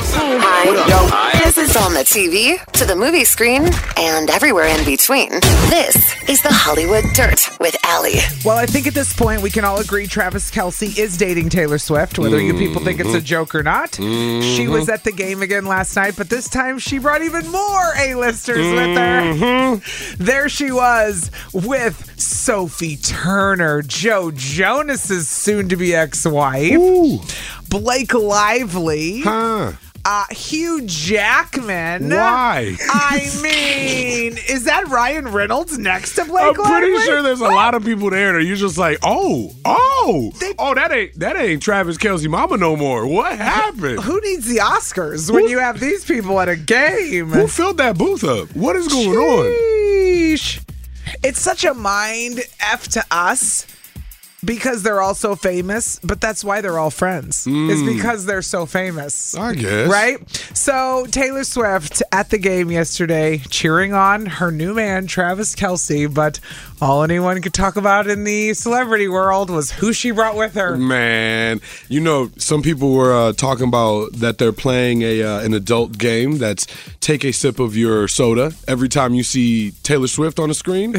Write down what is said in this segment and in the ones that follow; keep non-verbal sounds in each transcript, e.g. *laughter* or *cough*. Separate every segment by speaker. Speaker 1: Hi. This is on the TV, to the movie screen, and everywhere in between. This is the Hollywood Dirt with Allie.
Speaker 2: Well, I think at this point we can all agree Travis Kelsey is dating Taylor Swift, whether you
Speaker 3: Mm-hmm.
Speaker 2: people think it's a joke or not. She was at the game again last night, but this time she brought even more A-listers with
Speaker 3: Mm-hmm.
Speaker 2: her. There she was with Sophie Turner, Joe Jonas's soon-to-be ex-wife, Blake Lively,
Speaker 3: Huh.
Speaker 2: uh, Hugh Jackman.
Speaker 3: Why?
Speaker 2: I mean, is that Ryan Reynolds next to Blake
Speaker 3: I'm pretty
Speaker 2: Lively?
Speaker 3: sure there's a lot of people there that you're just like, oh, oh,
Speaker 2: They-
Speaker 3: oh, that ain't that ain't Travis Kelsey mama no more. What happened?
Speaker 2: Who needs the Oscars when you have these people at a game?
Speaker 3: Who filled that booth up? What is going on?
Speaker 2: Sheesh. It's such a mind F to us because they're all so famous, but that's why they're all friends. Is because they're so famous.
Speaker 3: Hmm. I guess.
Speaker 2: Right? So Taylor Swift at the game yesterday, cheering on her new man, Travis Kelsey, but all anyone could talk about in the celebrity world was who she brought with her.
Speaker 3: Man, you know, some people were uh, talking about that they're playing a uh, an adult game that's take a sip of your soda every time you see Taylor Swift on
Speaker 2: *laughs*
Speaker 3: the screen.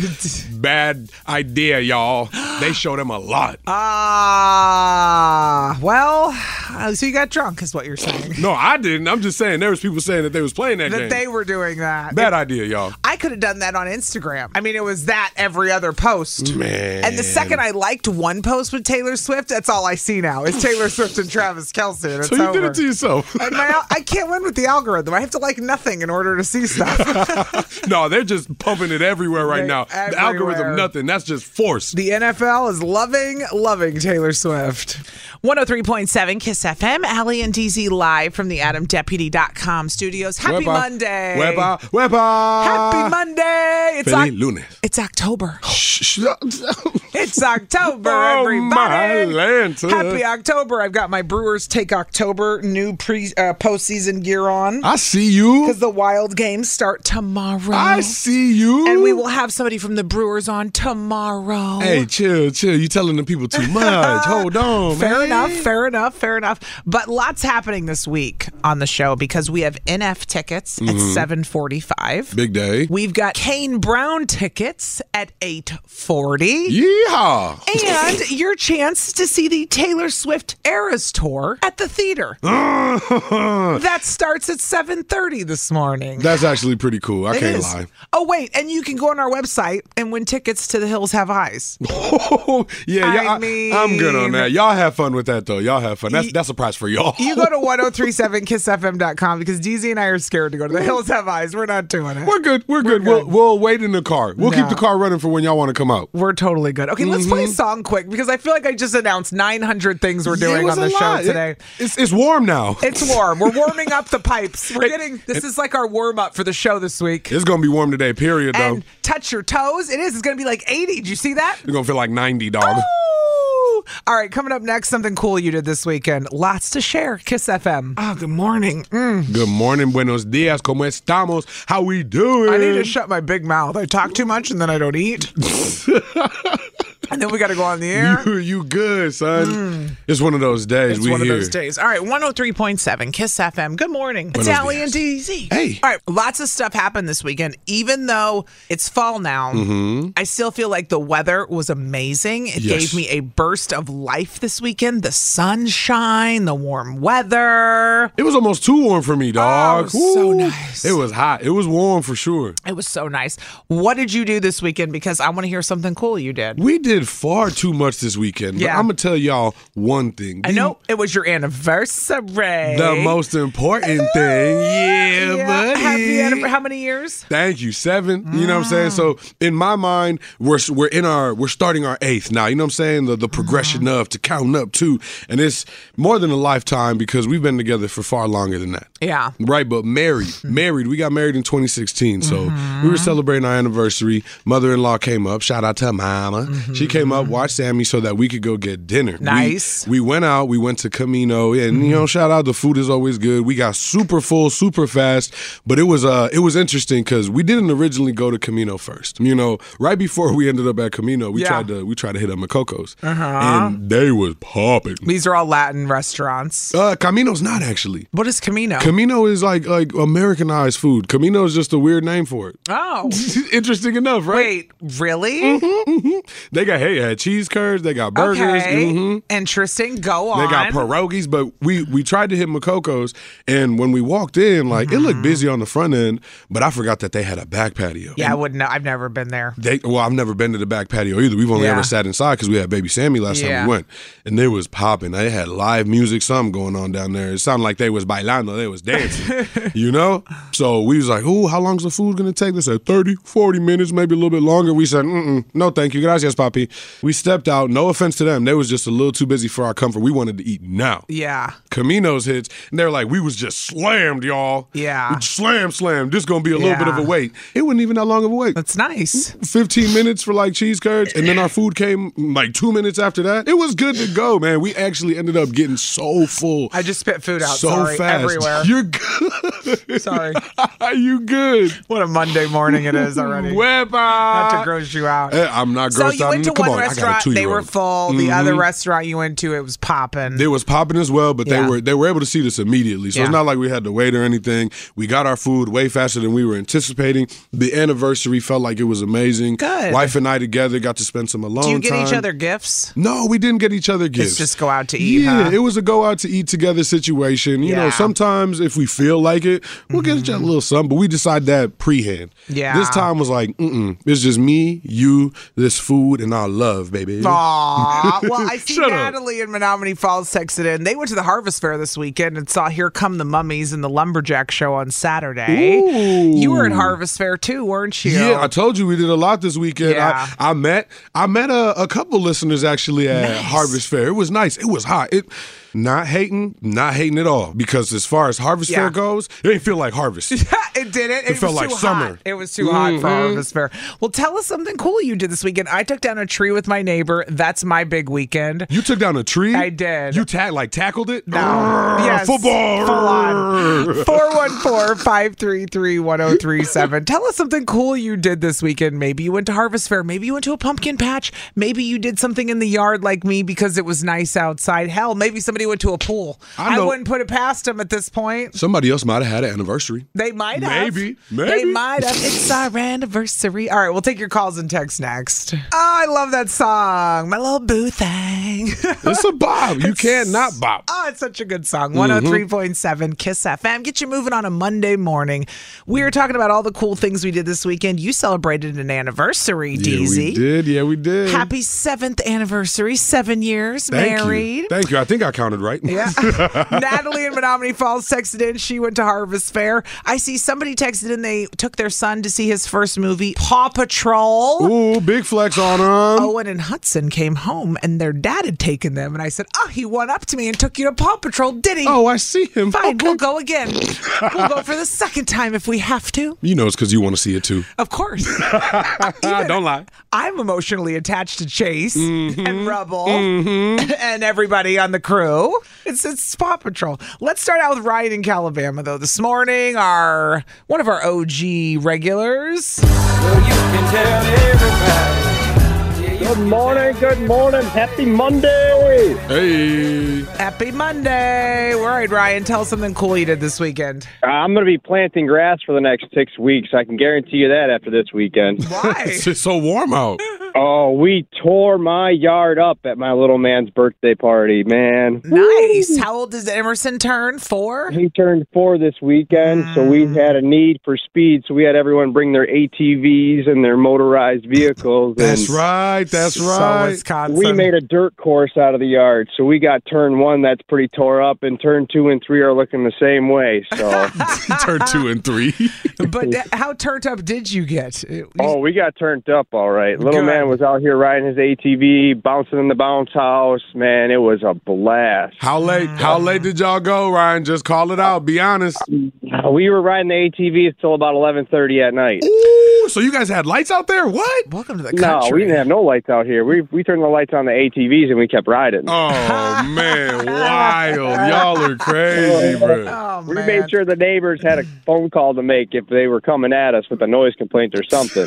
Speaker 3: Bad idea, y'all. They show them a lot.
Speaker 2: Uh, Ah, well, uh, so you got drunk, is what you're saying.
Speaker 3: No, I didn't. I'm just saying there was people saying that they was playing that, game.
Speaker 2: That they were doing that.
Speaker 3: Bad idea, y'all.
Speaker 2: I could have done that on Instagram. I mean, it was that every other post.
Speaker 3: Man.
Speaker 2: And the second I liked one post with Taylor Swift, that's all I see now is Taylor Swift and Travis Kelsey. And it's
Speaker 3: so you did
Speaker 2: over.
Speaker 3: it to yourself. *laughs*
Speaker 2: And my al- I can't win with the algorithm. I have to like nothing in order to see stuff. *laughs*
Speaker 3: no, they're just pumping it everywhere right
Speaker 2: They-
Speaker 3: now. The
Speaker 2: everywhere.
Speaker 3: algorithm, nothing. That's just forced.
Speaker 2: the NFL is loving, loving Taylor Swift.
Speaker 4: 103.7 Kiss FM, Allie and DZ live from the AdamDeputy.com studios. Happy
Speaker 3: Wepa.
Speaker 4: Monday.
Speaker 3: Wepa. Wepa.
Speaker 2: Happy Monday. It's,
Speaker 3: Feliz
Speaker 2: Oc-
Speaker 3: lunes.
Speaker 2: it's October.
Speaker 3: Shh.
Speaker 2: It's October,
Speaker 3: Oh,
Speaker 2: everybody!
Speaker 3: my Lanta.
Speaker 2: Happy October! I've got my Brewers take October new pre uh, postseason gear on
Speaker 3: I see you.
Speaker 2: because the Wild games start tomorrow,
Speaker 3: I see you.
Speaker 4: And we will have somebody from the Brewers on tomorrow.
Speaker 3: Hey, chill, chill. You telling the people too
Speaker 2: *laughs*
Speaker 3: much. Hold on,
Speaker 2: Fair
Speaker 3: man.
Speaker 4: *laughs*
Speaker 2: enough.
Speaker 4: Fair enough, fair enough. But lots happening this week on the show because we have NF tickets at
Speaker 3: Mm-hmm.
Speaker 4: 745.
Speaker 2: *laughs*
Speaker 3: Big day.
Speaker 4: We've got Kane Brown tickets at 840.
Speaker 3: Yeehaw. *laughs*
Speaker 4: And your chance to see the Taylor Swift Eras Tour at the
Speaker 3: *laughs*
Speaker 4: theater.
Speaker 2: That starts at 7:30 this morning.
Speaker 3: That's actually pretty cool. I
Speaker 2: It
Speaker 3: can't
Speaker 2: is.
Speaker 3: lie.
Speaker 2: Oh wait, and you can go on our website and win tickets to The Hills Have
Speaker 3: *laughs*
Speaker 2: Eyes.
Speaker 3: Oh, yeah,
Speaker 2: I
Speaker 3: yeah.
Speaker 2: mean-
Speaker 3: am good on that. Y'all have fun with that though. Y'all have fun. That's that's a prize for y'all.
Speaker 2: You go to 1037kissfm.com because DZ and I are scared to go to The Hills Have Eyes. We're not doing it.
Speaker 3: we're good. We're good. *laughs* We'll, we'll wait in the car. We'll keep the car running for when y'all want to come out. Mm-hmm.
Speaker 2: We're totally good. Okay, let's play a song quick because I feel like I just announced 900 things we're
Speaker 3: It
Speaker 2: doing
Speaker 3: was
Speaker 2: on
Speaker 3: a
Speaker 2: the show
Speaker 3: lot. It-
Speaker 2: today.
Speaker 3: it's, it's warm now.
Speaker 2: It's warm. We're warming up the pipes. We're
Speaker 3: It-
Speaker 2: getting this is like our warm up for the show this week.
Speaker 3: it's gonna be warm today. Period. Though
Speaker 2: And touch your toes. It is. It's going to be like 80. Did you see that?
Speaker 3: you're gonna feel like 90, dog.
Speaker 2: Ooh. All right, coming up next, something cool you did this weekend. Lots to share. Kiss Mm. FM.
Speaker 3: Ah,
Speaker 2: Oh, good morning.
Speaker 3: Good morning, buenos dias, como estamos? How we doing? *laughs*
Speaker 2: I need to shut my big mouth. I talk too much and then I don't eat. and and then we got to go on the air. Mm.
Speaker 3: You, you good, son. It's one of those days.
Speaker 2: It's
Speaker 3: we
Speaker 2: one oh
Speaker 3: here.
Speaker 2: of those days. All right, 103.7 Kiss FM. Good morning. It's
Speaker 3: Buenos
Speaker 2: Allie and DZ.
Speaker 3: Hey.
Speaker 2: All right, lots of stuff happened this weekend. Even though it's fall now, I still feel like the weather was amazing. It
Speaker 3: Mm-hmm. Yes.
Speaker 2: gave me a burst of life this weekend. The sunshine, the warm weather. Oh,
Speaker 3: It was almost too warm for me, dog.
Speaker 2: it was so
Speaker 3: Woo.
Speaker 2: nice.
Speaker 3: It was hot. It was warm for sure.
Speaker 2: It was so nice. What did you do this weekend? Because I want to hear something cool you did.
Speaker 3: We did far too much this weekend.
Speaker 2: Yeah.
Speaker 3: But I'm gonna tell y'all one thing.
Speaker 2: I
Speaker 3: The-
Speaker 2: know it was your anniversary.
Speaker 3: The most important thing. Yeah, buddy.
Speaker 2: Happy annivers- How many years?
Speaker 3: Thank you. Seven. You know what I'm saying? So in my mind, we're we're in our we're starting our eighth now. You know what I'm saying? The the progression
Speaker 2: Uh-huh.
Speaker 3: of to counting up to. And it's more than a lifetime because we've been together for far longer than that.
Speaker 2: Yeah.
Speaker 3: Right,
Speaker 2: *laughs*
Speaker 3: but married. married. We got married in 2016. So
Speaker 2: Uh-huh.
Speaker 3: we were celebrating our anniversary. Mother in law came up. Shout out to mama. She came up, watched Sammy so that we could go get dinner. We-
Speaker 2: Mm-hmm. Nice.
Speaker 3: We, went out. We went to Camino. And, you
Speaker 2: Mm-hmm.
Speaker 3: know, shout out. The food is always good. We got super full, super fast. But it was uh, it was interesting because we didn't originally go to Camino first. You know, right before we ended up at Camino, we
Speaker 2: Yeah. Uh-huh.
Speaker 3: tried to we tried to hit up Macoco's. And they was popping.
Speaker 2: These are all Latin restaurants.
Speaker 3: Uh, Camino's not actually.
Speaker 2: What is Camino?
Speaker 3: Camino is like like Americanized food. Camino is just a weird name for it.
Speaker 2: oh,
Speaker 3: *laughs* Interesting enough, right?
Speaker 2: wait, really?
Speaker 3: They got hey, they had cheese curds, they got burgers,
Speaker 2: okay,
Speaker 3: mhm.
Speaker 2: interesting. Go on.
Speaker 3: they got pierogies. But we we tried to hit Macoco's, and when we walked in, like it looked busy on the front end, but I forgot that they had a back patio.
Speaker 2: yeah, I wouldn't know. I've never been there.
Speaker 3: They, well, I've never been to the back patio either. We've only
Speaker 2: Yeah.
Speaker 3: ever sat inside because we had baby Sammy last
Speaker 2: Yeah.
Speaker 3: time we went, and they was popping. They had live music, something going on down there. It sounded like they was bailando, they
Speaker 2: *laughs*
Speaker 3: was dancing, you know. So we was like, "Ooh, how long's the food gonna take?" They said 30, 40 minutes, maybe a little bit longer. We said, Mm-mm, "No, thank you, gracias, papi." We stepped out. No offense to them, they was just a little too busy for our comfort. We wanted to eat now.
Speaker 2: Yeah.
Speaker 3: Camino's hits, and they're like, we was just slammed, y'all.
Speaker 2: Yeah.
Speaker 3: *laughs* Slam, slam. This gonna be a little bit of a
Speaker 2: Ah. Yeah.
Speaker 3: wait. It wasn't even that long of a wait.
Speaker 2: That's nice.
Speaker 3: 15 minutes for like cheese curds, and then our food came like two minutes after that. It was good to go, man. We actually ended up getting so full.
Speaker 2: I just spit food out.
Speaker 3: so
Speaker 2: sorry,
Speaker 3: fast.
Speaker 2: everywhere.
Speaker 3: You're good.
Speaker 2: sorry.
Speaker 3: you good.
Speaker 2: What a Monday morning it is
Speaker 3: *laughs*
Speaker 2: already.
Speaker 3: Wepa.
Speaker 2: Not to gross you out.
Speaker 3: Eh, I'm not
Speaker 2: so
Speaker 3: grossed
Speaker 2: you
Speaker 3: out.
Speaker 2: went to
Speaker 3: Come
Speaker 2: one
Speaker 3: on, I got a
Speaker 2: restaurant, they were
Speaker 3: two-year-old. Mm-hmm.
Speaker 2: full. The other restaurant you went to, it was popping.
Speaker 3: They was popping as well, but
Speaker 2: Yeah.
Speaker 3: they were they were able to see this immediately. So
Speaker 2: Yeah.
Speaker 3: it's not like we had to wait or anything. We got our food way faster than we were anticipating. The anniversary felt like it was amazing.
Speaker 2: Good.
Speaker 3: Wife and I together got to spend some alone
Speaker 2: Do you get
Speaker 3: time.
Speaker 2: each other gifts?
Speaker 3: No, we didn't get each other gifts.
Speaker 2: It's just go out to eat.
Speaker 3: yeah,
Speaker 2: huh?
Speaker 3: it was a go out to eat together situation. You
Speaker 2: Yeah. Mm-hmm.
Speaker 3: know, sometimes if we feel like it, we'll get each other a little something, but we decide that prehand.
Speaker 2: Yeah.
Speaker 3: This time was like, mm-mm, it's just me, you, this food, and our love, baby. *laughs*
Speaker 2: Aw. Well, I see
Speaker 3: Shut up.
Speaker 2: Natalie in Menominee Falls texted in. They went to the Harvest Fair this weekend and saw Here Come the Mummies and the Lumberjack Show on Saturday. You were at Harvest Fair too, weren't you?
Speaker 3: Yeah, I told you we did a lot this weekend.
Speaker 2: Yeah.
Speaker 3: I, I met I met a, a couple listeners actually at Harvest Fair. It was nice. It was hot. It not hating, not hating at all. Because as far as Harvest
Speaker 2: Yeah.
Speaker 3: Fair goes, it didn't feel like
Speaker 2: *laughs*
Speaker 3: harvest.
Speaker 2: it didn't. It,
Speaker 3: felt
Speaker 2: was
Speaker 3: like
Speaker 2: too
Speaker 3: summer. Mm-hmm.
Speaker 2: hot. It was too hot for Harvest Fair. Well, tell us something cool you did this weekend. I took down a tree with my neighbor. That's my big weekend.
Speaker 3: You took down a tree.
Speaker 2: I did.
Speaker 3: You ta- like tackled it.
Speaker 2: No.
Speaker 3: Grrr,
Speaker 2: Yes,
Speaker 3: Football.
Speaker 2: full on. 414-533-1037. Tell us something cool you did this weekend. Maybe you went to Harvest Fair. Maybe you went to a pumpkin patch. Maybe you did something in the yard like me because it was nice outside. Hell, maybe somebody went to a pool.
Speaker 3: I
Speaker 2: I,
Speaker 3: know-
Speaker 2: wouldn't put it past them at this point.
Speaker 3: Somebody else might have had an anniversary.
Speaker 2: They might have.
Speaker 3: Maybe.
Speaker 2: They
Speaker 3: Maybe.
Speaker 2: might have. It's uh, our anniversary. All right, we'll take your calls and texts next. Oh, I love that song. My little boo thing. *laughs*
Speaker 3: It's a bop. You can't not bop.
Speaker 2: Oh, it's such a good song.
Speaker 3: Mm-hmm.
Speaker 2: 103.7 Kiss FM. Get you moving on a Monday morning. We were talking about all the cool things we did this weekend. You celebrated an anniversary, DZ.
Speaker 3: Yeah, we did. Yeah, we did.
Speaker 2: Happy seventh anniversary, seven years
Speaker 3: Thank
Speaker 2: married.
Speaker 3: You. Thank you. I think I counted right. Yeah.
Speaker 2: *laughs* Natalie in Menominee Falls texted in. She went to Harvest Fair. I see somebody texted in. They took their son to see his first movie, Paw Patrol.
Speaker 3: Ooh, big flex on him.
Speaker 2: Owen and Hudson came home and their dad had taken them. And I said, Oh, he went up to me and took you to Paw Patrol, did he?
Speaker 3: Oh, I see him.
Speaker 2: Fine,
Speaker 3: Okay.
Speaker 2: we'll go again. we'll go for the second time if we have to.
Speaker 3: *laughs* You know, it's because you want to see it too.
Speaker 2: Of
Speaker 3: *laughs*
Speaker 2: course. Even-
Speaker 3: don't lie. Mm-hmm.
Speaker 2: I'm emotionally attached to Chase and Rubble *laughs* and everybody on the crew. It's it's Paw Patrol. Let's start out with Ryan in Calabama though. This morning, our one of our OG regulars.
Speaker 5: Well, you can tell everybody. Yeah, you Good morning, good morning. Happy Monday.
Speaker 3: Hey.
Speaker 2: Happy Monday. All right, Ryan, tell us something cool you did this weekend.
Speaker 5: I'm going to be planting grass for the next six weeks. I can guarantee you that after this weekend.
Speaker 2: Why?
Speaker 3: *laughs* It's just so warm *laughs* out.
Speaker 5: Oh, we tore my yard up at my little man's birthday party, man.
Speaker 2: nice. How old does Emerson turn? Four?
Speaker 5: He turned four this weekend, so we had a need for speed. So we had everyone bring their ATVs and their motorized vehicles.
Speaker 3: That's
Speaker 5: and
Speaker 3: right. That's
Speaker 2: So
Speaker 3: right.
Speaker 2: Wisconsin.
Speaker 5: We made a dirt course out of the yard, so we got turn one that's pretty tore up, and turn two and three are looking the same way. So,
Speaker 3: *laughs* Turn
Speaker 2: Uh,
Speaker 3: two
Speaker 2: *laughs*
Speaker 3: and three. *laughs*
Speaker 2: But uh, how turned up did you get? You-
Speaker 5: oh, we got turned up all right. Little
Speaker 2: Good.
Speaker 5: man was out here riding his ATV, bouncing in the bounce house. Man, it was a blast.
Speaker 3: How late? How late did y'all go, Ryan? Just call it out. Be honest.
Speaker 5: Uh, we were riding the ATV until about eleven thirty at night.
Speaker 3: Ooh, so you guys had lights out there? What?
Speaker 2: Welcome to the
Speaker 5: No, we
Speaker 2: country.
Speaker 5: didn't have no lights out here. We we turned the lights on the ATVs and we kept riding.
Speaker 3: *laughs* Oh man, wild! Y'all are
Speaker 5: *laughs*
Speaker 3: crazy, bro.
Speaker 2: oh,
Speaker 5: we
Speaker 2: man.
Speaker 5: made sure the neighbors had a phone call to make if they were coming at us with a noise complaint or
Speaker 2: *laughs*
Speaker 5: something.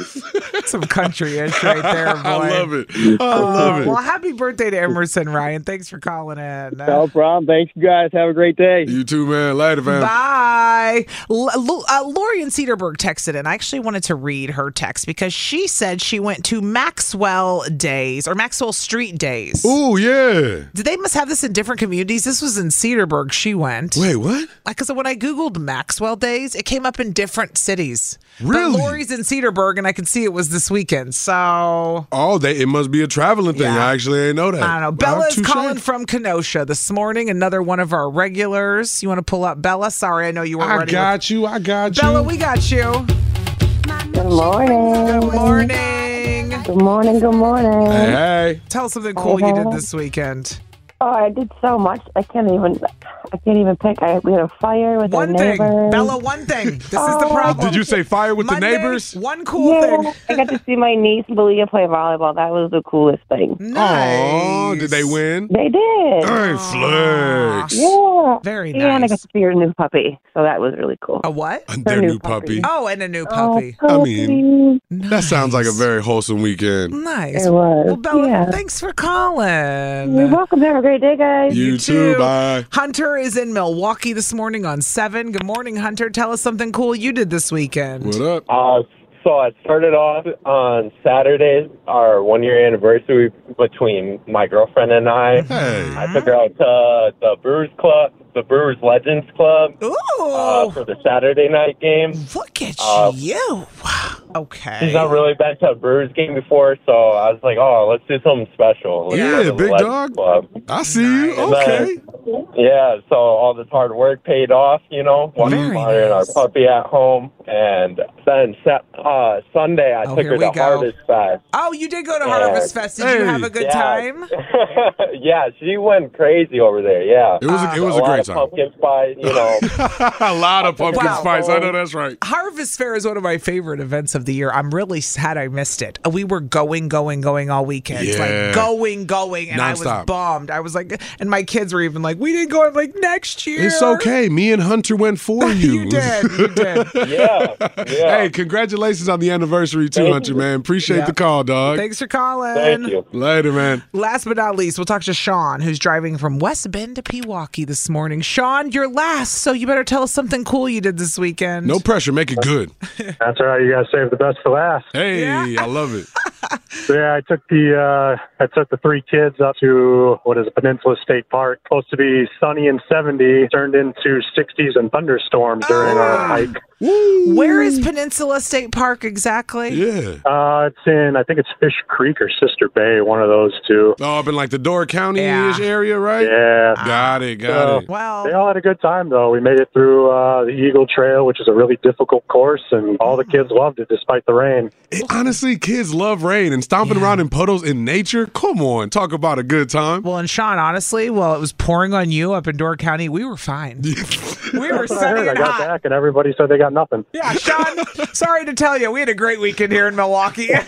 Speaker 2: some country ish right there, boy.
Speaker 3: *laughs*
Speaker 2: Oh,
Speaker 3: I love it. I love
Speaker 2: Well,
Speaker 3: it.
Speaker 2: happy birthday to Emerson, Ryan. Thanks for calling in.
Speaker 5: no problem. Thanks, you guys. Have a great day.
Speaker 3: You too, man. Later, fam.
Speaker 2: Bye. L- L- uh, Lori in Cedarburg texted in. I actually wanted to read her text because she said she went to Maxwell Days or Maxwell Street Days.
Speaker 3: Ooh, yeah.
Speaker 2: Did they must have this in different communities? This was in Cedarburg. She went
Speaker 3: Wait, what?
Speaker 2: because when I googled Maxwell Days, it came up in different cities.
Speaker 3: Really?
Speaker 2: But Lori's in Cedarburg, and I can see it was this weekend. So
Speaker 3: Oh, they, it must be a traveling thing.
Speaker 2: Yeah.
Speaker 3: I actually ain't know that.
Speaker 2: I don't know.
Speaker 3: Wow,
Speaker 2: Bella's
Speaker 3: touche.
Speaker 2: calling from Kenosha this morning. Another one of our regulars. You want to pull up Bella? Sorry, I know you weren't
Speaker 3: I
Speaker 2: ready.
Speaker 3: got you. I got you.
Speaker 2: Bella, we got you.
Speaker 6: Good morning.
Speaker 2: Good morning.
Speaker 6: Good morning. Good morning.
Speaker 3: hey, hey.
Speaker 2: Tell us something cool you did this weekend.
Speaker 6: Oh, I did so much. I can't even. I can't even pick. I, we had a fire with
Speaker 2: One
Speaker 6: our
Speaker 2: thing,
Speaker 6: neighbors.
Speaker 2: Bella. One thing. This is the problem.
Speaker 3: Oh. Did you say fire with
Speaker 2: Monday,
Speaker 3: the neighbors?
Speaker 2: One cool
Speaker 6: Yeah,
Speaker 2: thing.
Speaker 6: I got to see my niece Malia play volleyball. That was the coolest thing.
Speaker 3: Oh,
Speaker 2: Nice.
Speaker 3: did they win?
Speaker 6: They did.
Speaker 3: Hey, flex.
Speaker 6: Yeah.
Speaker 2: Very
Speaker 6: And I got
Speaker 2: nice.
Speaker 6: to see her new puppy, so that was really cool.
Speaker 2: A what?
Speaker 3: Their
Speaker 6: new
Speaker 3: new puppy.
Speaker 6: puppy.
Speaker 2: Oh, and a new puppy.
Speaker 6: Oh,
Speaker 3: I mean, That sounds like a very wholesome weekend.
Speaker 2: nice.
Speaker 6: It was.
Speaker 2: Well, Bella,
Speaker 6: yeah.
Speaker 2: thanks for calling.
Speaker 6: You're welcome. Have a great day, guys.
Speaker 3: You, too. Bye.
Speaker 2: Hunter is in Milwaukee this morning on 7. Good morning, Hunter. Tell us something cool you did this weekend.
Speaker 3: What up?
Speaker 7: Uh, so I started off on Saturday, our one year anniversary between my girlfriend and I.
Speaker 3: Hey.
Speaker 7: I took her out to the Brewers Club, the Brewers Legends Club,
Speaker 2: Ooh,
Speaker 7: uh, for the Saturday night game.
Speaker 2: look at
Speaker 7: uh,
Speaker 2: you. Okay.
Speaker 7: She's not really been to a Brewers game before, so I was like, oh, let's do something special. Let's
Speaker 3: Yeah,
Speaker 7: go to the
Speaker 3: big dog.
Speaker 7: Legends Club.
Speaker 3: I see you.
Speaker 7: And then-
Speaker 3: Okay.
Speaker 7: yeah, so all this hard work paid off, you know,
Speaker 2: Very
Speaker 7: watching our
Speaker 2: nice.
Speaker 7: puppy at home. And then Sa- uh, Sunday, I
Speaker 2: Oh,
Speaker 7: took
Speaker 2: here
Speaker 7: her
Speaker 2: we
Speaker 7: to
Speaker 2: go.
Speaker 7: Harvest Fest. *laughs*
Speaker 2: Oh, you did go to
Speaker 7: Yeah.
Speaker 2: Harvest Fest. Did you
Speaker 3: Hey.
Speaker 2: have a good
Speaker 7: yeah.
Speaker 3: *laughs*
Speaker 2: time?
Speaker 7: yeah, she went crazy over there. Yeah,
Speaker 3: It was a, it was
Speaker 7: a,
Speaker 3: a
Speaker 7: lot
Speaker 3: great
Speaker 7: of
Speaker 3: time.
Speaker 7: pumpkin pie. You know,
Speaker 3: *laughs* *laughs* a lot of pumpkin
Speaker 2: Wow.
Speaker 3: spice. I know that's right.
Speaker 2: Harvest Fair is one of my favorite events of the year. I'm really sad I missed it. We were going, going, going all weekend.
Speaker 3: Yeah.
Speaker 2: Like going, going, and I was
Speaker 3: Nonstop.
Speaker 2: bummed. I was like and my kids were even like, We didn't go I'm like next year.
Speaker 3: It's okay. Me and Hunter went for
Speaker 2: *laughs*
Speaker 3: you.
Speaker 2: You did,
Speaker 3: *laughs*
Speaker 2: you did.
Speaker 7: yeah, yeah.
Speaker 3: hey, congratulations on the anniversary too,
Speaker 7: Thank
Speaker 3: Hunter,
Speaker 7: you.
Speaker 3: man. Appreciate
Speaker 2: Yeah.
Speaker 3: the call, dog.
Speaker 2: Thanks for calling.
Speaker 7: Thank you.
Speaker 3: Later, man.
Speaker 2: Last but not least, we'll talk to Sean, who's driving from West Bend to Pewaukee this morning. Sean, you're last, so you better tell us something cool you did this weekend.
Speaker 3: No pressure. Make it good.
Speaker 8: That's all right. You guys save the best for last.
Speaker 3: Hey, I
Speaker 2: *laughs*
Speaker 3: love it.
Speaker 8: Yeah, I took the uh, I took the three kids up to what is Peninsula State Park. Supposed to be sunny and 70, turned into 60s and thunderstorms during
Speaker 2: Ah.
Speaker 8: our hike.
Speaker 2: Where is Peninsula State Park exactly?
Speaker 3: Yeah.
Speaker 8: Uh, it's in I think it's Fish Creek or Sister Bay, one of those two.
Speaker 3: Oh, up in like the Door County ish
Speaker 2: Yeah.
Speaker 3: area, right?
Speaker 8: Yeah.
Speaker 3: Got it. Got
Speaker 8: So-
Speaker 3: it.
Speaker 8: They
Speaker 2: Well,
Speaker 8: all had a good time though. We made it through uh, the Eagle Trail, which is a really difficult course, and all the kids loved it despite the rain.
Speaker 3: It- honestly, kids love rain and stomping around in puddles in nature. Come on, talk about a good time.
Speaker 2: well, and Sean, honestly, while it was pouring on you up in Door County, we were
Speaker 3: *laughs*
Speaker 2: fine. we were
Speaker 8: I heard
Speaker 2: sunny
Speaker 8: I
Speaker 2: and
Speaker 8: got
Speaker 2: hot.
Speaker 8: back, and everybody said they got nothing.
Speaker 2: Yeah, Sean, sorry to tell you, we had a great weekend here in Milwaukee. *laughs*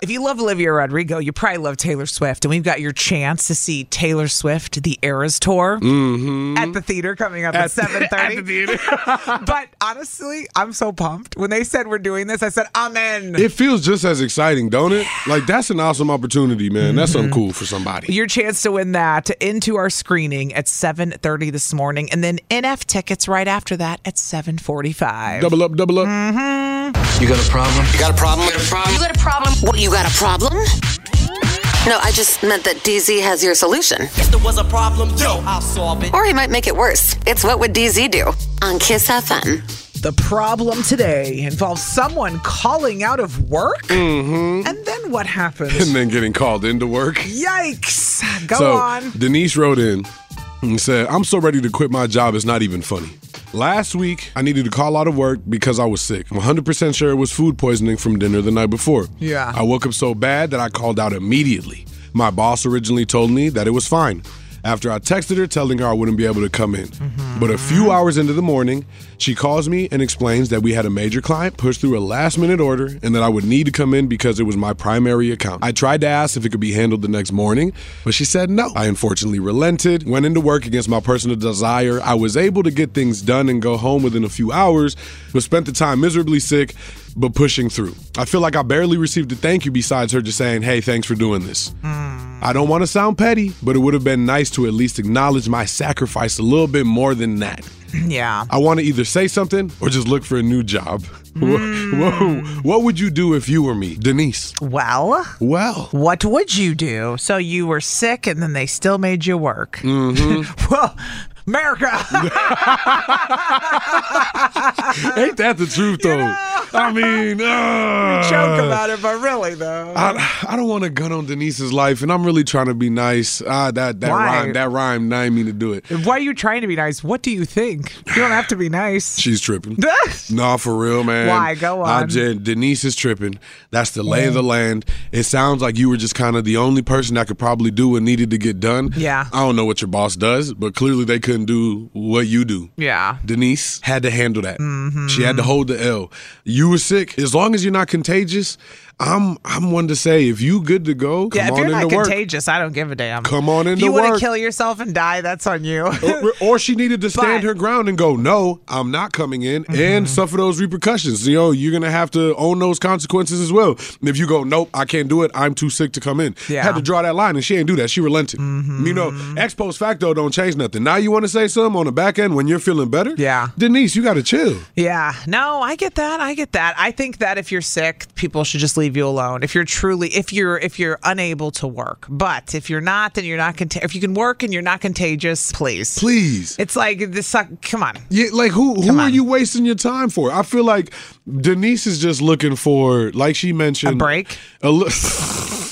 Speaker 2: If you love Olivia Rodrigo, you probably love Taylor Swift. And we've got your chance to see Taylor Swift, the Eras Tour,
Speaker 3: Mm-hmm.
Speaker 2: at the theater coming up at, 7.30. *laughs* but honestly, I'm so pumped. When they said we're doing this, I said, I'm in.
Speaker 3: It feels just as exciting, don't it? Like that's an awesome opportunity, man. That's something
Speaker 2: Mm-hmm.
Speaker 3: cool for somebody.
Speaker 2: your chance to win that into our screening at 7.30 this morning and then nf tickets right after that at Mm-hmm. 7.45
Speaker 3: Double up, double up.
Speaker 1: You got a problem? What, you got a problem? No, I just meant that DZ has your solution.
Speaker 9: If there was a problem, yo, I'll solve it.
Speaker 1: Or he might make it worse. It's What Would DZ Do? on Kiss FM.
Speaker 2: the problem today involves someone calling out of work and then what
Speaker 3: Mm-hmm. *laughs* And
Speaker 2: happens
Speaker 3: then getting called into work.
Speaker 2: yikes go
Speaker 3: so
Speaker 2: on
Speaker 3: Denise wrote in and said, I'm so ready to quit my job, it's not even funny. Last week, I needed to call out of work because I was sick. I'm 100% sure it was food poisoning from dinner the night before.
Speaker 2: Yeah.
Speaker 3: I woke up so bad that I called out immediately. My boss originally told me that it was fine after I texted her telling her I wouldn't be able to come in. But a few hours into the morning, she calls me and explains that we had a major client push through a last minute order and that I would need to come in because it was my primary account. I tried to ask if it could be handled the next morning, but she said no. I unfortunately relented, went into work against my personal desire. I was able to get things done and go home within a few hours, but spent the time miserably sick. But pushing through. I feel like I barely received a thank you besides her just saying, hey, thanks for doing this. I don't want to sound petty, but it would have been nice to at least acknowledge my sacrifice a little bit more than that.
Speaker 2: yeah
Speaker 3: I want to either say something or just look for a new job. *laughs*
Speaker 2: Mm.
Speaker 3: Wha- wha- What would you do if you were me, Denise?
Speaker 2: well
Speaker 3: Well,
Speaker 2: what would you do so you were sick and then they still made you work *laughs*
Speaker 3: Mm-hmm.
Speaker 2: well america
Speaker 3: *laughs*
Speaker 2: *laughs*
Speaker 3: ain't that the
Speaker 2: *laughs*
Speaker 3: truth though? I mean, uh,
Speaker 2: joke about it but really though
Speaker 3: I,
Speaker 2: Uh,
Speaker 3: I don't want to gun on Denise's life, and I'm really trying to be nice. Ah, that that
Speaker 2: Why?
Speaker 3: rhyme, that rhyme, I didn't mean to do it.
Speaker 2: Why are you trying to be nice? What do you think? You don't have to be nice.
Speaker 3: *sighs*
Speaker 2: *laughs*
Speaker 3: She's tripping. Nah, for real, man.
Speaker 2: Why? Go
Speaker 3: I
Speaker 2: on.
Speaker 3: ju- Denise is tripping. That's the lay of the land. It sounds like you were just kind of the only person that could probably do what needed to get done.
Speaker 2: Yeah.
Speaker 3: I don't know what your boss does, but clearly they couldn't do what you do.
Speaker 2: yeah.
Speaker 3: Denise had to handle that.
Speaker 2: Mm-hmm.
Speaker 3: She had to hold the L. You were sick. As long as you're not contagious, I'm I'm one to say if you good to go, come
Speaker 2: Yeah, if
Speaker 3: on
Speaker 2: you're
Speaker 3: in
Speaker 2: not
Speaker 3: to work.
Speaker 2: contagious, I don't give a damn.
Speaker 3: Come on
Speaker 2: If
Speaker 3: into
Speaker 2: you want
Speaker 3: work. Oh,
Speaker 2: to kill yourself and die, that's on you.
Speaker 3: or, or she needed to stand
Speaker 2: But- Mm-hmm.
Speaker 3: her ground and go, no, I'm not coming in, and suffer those repercussions. You know, you're gonna have to own those consequences as well. And if you go, nope, I can't do it. I'm too sick to come in.
Speaker 2: Yeah. Mm-hmm.
Speaker 3: Had to draw that line, and she ain't do that. She relented. You know, ex post facto don't change nothing. Now you want to say something on the back end when you're feeling better?
Speaker 2: Yeah.
Speaker 3: Denise, you gotta chill.
Speaker 2: yeah. No, I get that. I get that. I think that if you're sick, people should just leave you alone. If you're truly, if you're, if you're unable to work, but if you're not, then you're not. Conta- if you can work and you're not contagious, please.
Speaker 3: Please.
Speaker 2: It's like this. Suck- come on.
Speaker 3: Yeah, like who who are
Speaker 2: on.
Speaker 3: you wasting your time for? I feel like Denise is just looking for, like she mentioned,
Speaker 2: break?
Speaker 3: A li-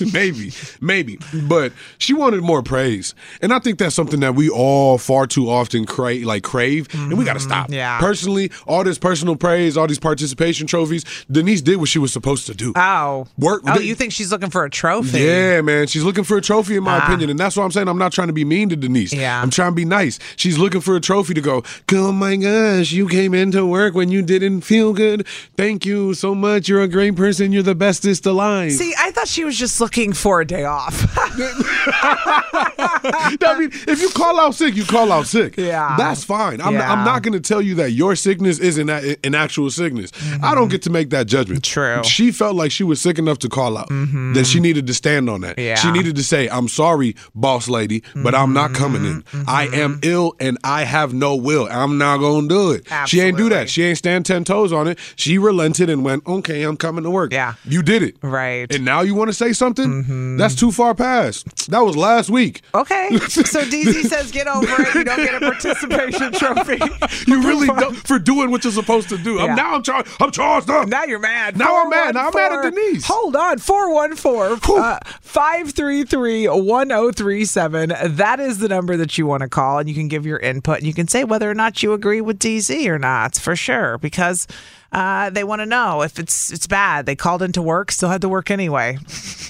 Speaker 3: *laughs* maybe, maybe, but she wanted more praise, and I think that's something that we all far too often crave, like crave, and we got to stop.
Speaker 2: Mm-hmm. yeah.
Speaker 3: personally, all this personal praise, all these participation trophies, Denise did what she was supposed to do.
Speaker 2: Oh.
Speaker 3: Work-
Speaker 2: Oh, you think she's looking for a trophy?
Speaker 3: Yeah, man. She's looking for a trophy, in my opinion. And that's why I'm saying I'm not trying to be mean to Denise.
Speaker 2: Ah. Yeah.
Speaker 3: I'm trying to be nice. She's looking for a trophy to go, oh my gosh, you came into work when you didn't feel good. Thank you so much. You're a great person. You're the bestest alive.
Speaker 2: See, I thought she was just looking for a day off.
Speaker 3: *laughs*
Speaker 2: *laughs*
Speaker 3: I mean, if you call out sick, you call
Speaker 2: *laughs*
Speaker 3: out sick.
Speaker 2: Yeah.
Speaker 3: That's fine. I'm,
Speaker 2: Yeah.
Speaker 3: I'm not going to tell you that your sickness isn't a- an actual sickness. I don't get to make that judgment.
Speaker 2: Mm-hmm. True. Mm-hmm.
Speaker 3: She felt like she was sick enough to call out, that she needed to stand on that.
Speaker 2: Yeah.
Speaker 3: She needed to say, I'm sorry, boss lady, but I'm not coming in.
Speaker 2: Mm-hmm.
Speaker 3: I am ill and I have no will. I'm not going to do it. She ain't do
Speaker 2: Absolutely.
Speaker 3: that. She ain't stand 10 toes on it. She relented and went, okay, I'm coming to work.
Speaker 2: Yeah.
Speaker 3: You did it.
Speaker 2: Right. Mm-hmm.
Speaker 3: And now you want to say something? That's too far past. That was last week.
Speaker 2: Okay.
Speaker 3: *laughs*
Speaker 2: So DZ says get over it. You don't get a
Speaker 3: *laughs*
Speaker 2: participation trophy.
Speaker 3: You really don't for doing what you're supposed to do.
Speaker 2: Yeah.
Speaker 3: I'm now I'm charged. I'm charged up.
Speaker 2: Now you're mad.
Speaker 3: Now I'm mad. Now I'm mad at
Speaker 2: 414
Speaker 3: Denise.
Speaker 2: Hold on. 414 uh, 533 1037. That is the number that you want to call, and you can give your input. And you can say whether or not you agree with DZ or not, for sure, because uh, they want to know if it's it's bad. They called into work, still had to work anyway.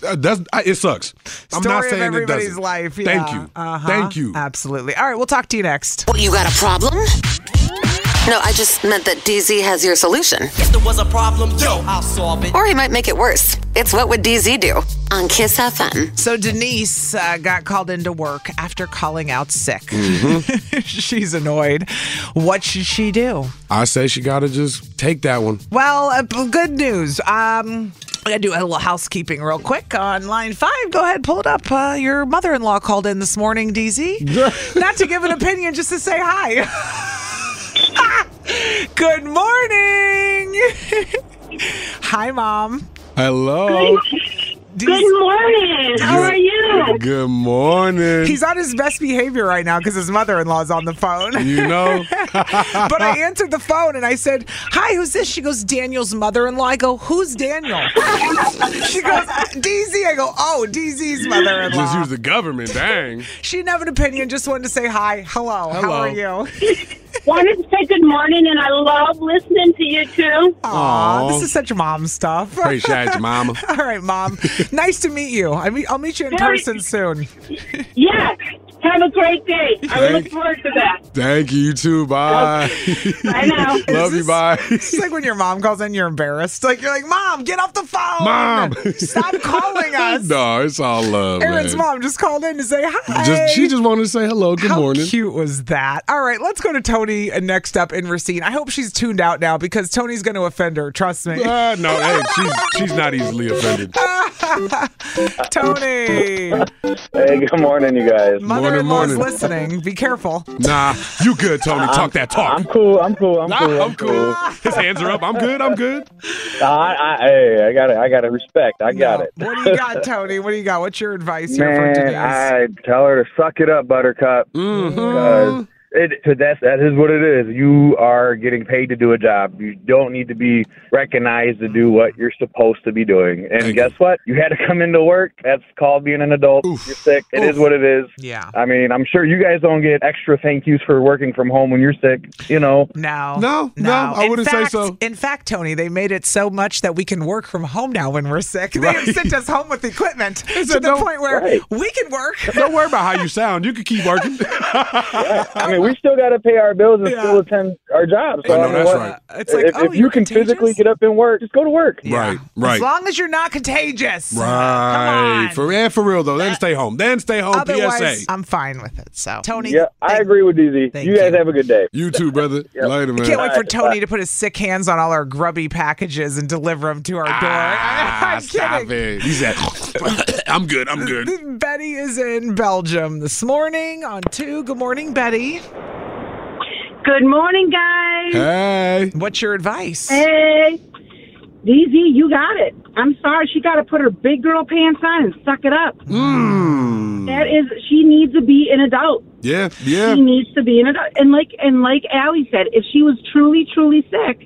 Speaker 3: Uh, That's I, it sucks. I'm
Speaker 2: Story
Speaker 3: not
Speaker 2: of
Speaker 3: saying
Speaker 2: everybody's
Speaker 3: it doesn't.
Speaker 2: life.
Speaker 3: Thank
Speaker 2: yeah.
Speaker 3: you.
Speaker 2: Uh-huh.
Speaker 3: Thank you.
Speaker 2: Absolutely. All right. We'll talk to you next.
Speaker 1: What, you got a problem? No, I just meant that DZ has your solution.
Speaker 10: If there was a problem, yo, I'll solve it.
Speaker 1: Or he might make it worse. It's What Would DZ Do on Kiss FM.
Speaker 2: So Denise uh, got called into work after calling out sick. Mm-hmm. *laughs* She's annoyed. What should she do?
Speaker 3: I say she gotta just take that one.
Speaker 2: Well, uh, b- good news. Um, I gotta do a little housekeeping real quick on line five. Go ahead, pull it up. Uh, your mother-in-law called in this morning,
Speaker 3: *laughs*
Speaker 2: DZ. Not to give an opinion, just to say hi. *laughs* good morning. *laughs* hi, mom.
Speaker 3: Hello.
Speaker 2: Good morning.
Speaker 3: How are you? Good morning.
Speaker 2: He's on his best behavior right now because his mother-in-law's on the phone.
Speaker 3: you know,
Speaker 2: *laughs* but I answered the phone and I said, "Hi, who's this?" She goes, "Daniel's mother-in-law." I go, "Who's
Speaker 6: *laughs*
Speaker 2: Daniel?" she goes, "DZ." I go, "Oh, DZ's
Speaker 3: just
Speaker 2: mother-in-law."
Speaker 3: use the government. Dang.
Speaker 2: She didn't have an opinion. Just wanted to say hi, hello, how
Speaker 3: Hello.
Speaker 2: are you?
Speaker 6: Wanted to say good morning, and I love listening to you too.
Speaker 2: Aw,
Speaker 3: Aw.
Speaker 2: this is *laughs* such mom stuff. *laughs*
Speaker 3: Appreciate you, mama.
Speaker 2: All right, mom.
Speaker 3: *laughs*
Speaker 2: nice to meet you. I meet, I'll meet you in
Speaker 6: Very-
Speaker 2: person soon. *laughs*
Speaker 6: Yes. Have a great day. I
Speaker 3: Thank-
Speaker 6: look forward to that.
Speaker 3: Thank you, you too. Bye.
Speaker 6: I know.
Speaker 3: *laughs* Love you.
Speaker 2: this-
Speaker 3: Bye.
Speaker 2: It's like when your mom calls in, you're embarrassed. Like you're like, mom, get off the phone.
Speaker 3: Mom.
Speaker 2: stop
Speaker 3: *laughs*
Speaker 2: calling us.
Speaker 3: Um, no, it's all love.
Speaker 2: Aaron's
Speaker 3: man.
Speaker 2: mom just called in to say hi.
Speaker 3: Just, she just wanted to say hello. Good
Speaker 2: How
Speaker 3: morning.
Speaker 2: cute was that? All right, let's go to Tony uh, next up in Racine. I hope she's tuned out now because Tony's going to offend her. Trust me.
Speaker 3: Ah, no, hey, she's she's not easily offended.
Speaker 2: *laughs* Tony,
Speaker 11: Hey, good morning, you guys.
Speaker 2: mother in law's
Speaker 3: morning.
Speaker 2: listening. Be careful.
Speaker 3: Nah, you good, Tony? Talk that
Speaker 11: Uh, I'm
Speaker 3: talk.
Speaker 11: cool. I'm cool. I'm
Speaker 3: Nah,
Speaker 11: cool.
Speaker 3: I'm cool. His hands are up. I'm good. I'm good.
Speaker 11: I, I, hey, I got it. I got to respect. I got it.
Speaker 2: What do you got, Tony? What do you got? What's your advice here for
Speaker 11: Man,
Speaker 2: Denise?
Speaker 11: I tell her to suck it up, Buttercup.
Speaker 2: Mm-hmm.
Speaker 11: Because it, 'cause that's that is what it is. You are getting paid to do a job. You don't need to be recognized to do what you're supposed to be doing. And
Speaker 3: Thank
Speaker 11: guess what? You had to come into work. That's called being an adult. You're sick. It is what it is.
Speaker 2: yeah.
Speaker 11: I mean, I'm sure you guys don't get extra thank yous for working from home when you're sick. You know.
Speaker 2: No.
Speaker 3: No, no, I
Speaker 2: In
Speaker 3: wouldn't say
Speaker 2: fact-
Speaker 3: so.
Speaker 2: In fact, Tony, they made it so much that we can work from home now when we're sick. They have
Speaker 3: Right.
Speaker 2: sent us home with equipment to
Speaker 3: said,
Speaker 2: the
Speaker 3: "Don't-
Speaker 2: point where
Speaker 11: Right.
Speaker 2: we can work.
Speaker 3: Don't worry about how you sound. You can keep working. *laughs*
Speaker 11: I mean, we still got to pay our bills and
Speaker 2: Yeah.
Speaker 11: still attend our jobs.
Speaker 3: I know Oh,
Speaker 11: mean,
Speaker 3: that's
Speaker 11: what-
Speaker 3: right.
Speaker 2: It's like,
Speaker 11: if,
Speaker 2: oh,
Speaker 11: if you
Speaker 2: you're
Speaker 11: can physically
Speaker 2: contagious?
Speaker 11: get up and work, just go to work.
Speaker 3: Right,
Speaker 2: As
Speaker 3: right,
Speaker 2: long as you're not contagious.
Speaker 3: right.
Speaker 2: Come on.
Speaker 3: For yeah, for real though. Then stay home. Then stay home.
Speaker 2: Otherwise,
Speaker 3: PSA.
Speaker 2: I'm fine with it. So, Tony,
Speaker 11: Yeah, I
Speaker 2: thank-
Speaker 11: agree with DZ.
Speaker 2: Thank
Speaker 11: You guys
Speaker 2: you.
Speaker 11: have a good day.
Speaker 3: You too,
Speaker 11: *laughs*
Speaker 3: brother. Later,
Speaker 2: Can't
Speaker 3: man.
Speaker 2: wait for
Speaker 11: Alright,
Speaker 2: Tony to put his sick hands on all our grubby packages and deliver them to our door.
Speaker 3: Ah,
Speaker 2: I'm
Speaker 3: stop
Speaker 2: kidding.
Speaker 3: it. He said, *laughs* "I'm good. I'm good."
Speaker 2: *laughs* Betty is in Belgium this morning on two. Good morning, Betty.
Speaker 6: Good morning, guys.
Speaker 3: Hey.
Speaker 2: What's your advice?
Speaker 6: Hey. DZ, you got it. I'm sorry. She got to put her big girl pants on and suck it up.
Speaker 2: Hmm.
Speaker 3: Mm.
Speaker 6: That is, she needs to be an adult.
Speaker 8: *laughs*
Speaker 3: Yeah, yeah.
Speaker 6: She needs to be an adult. And like, and like Allie said, if she was truly, truly sick,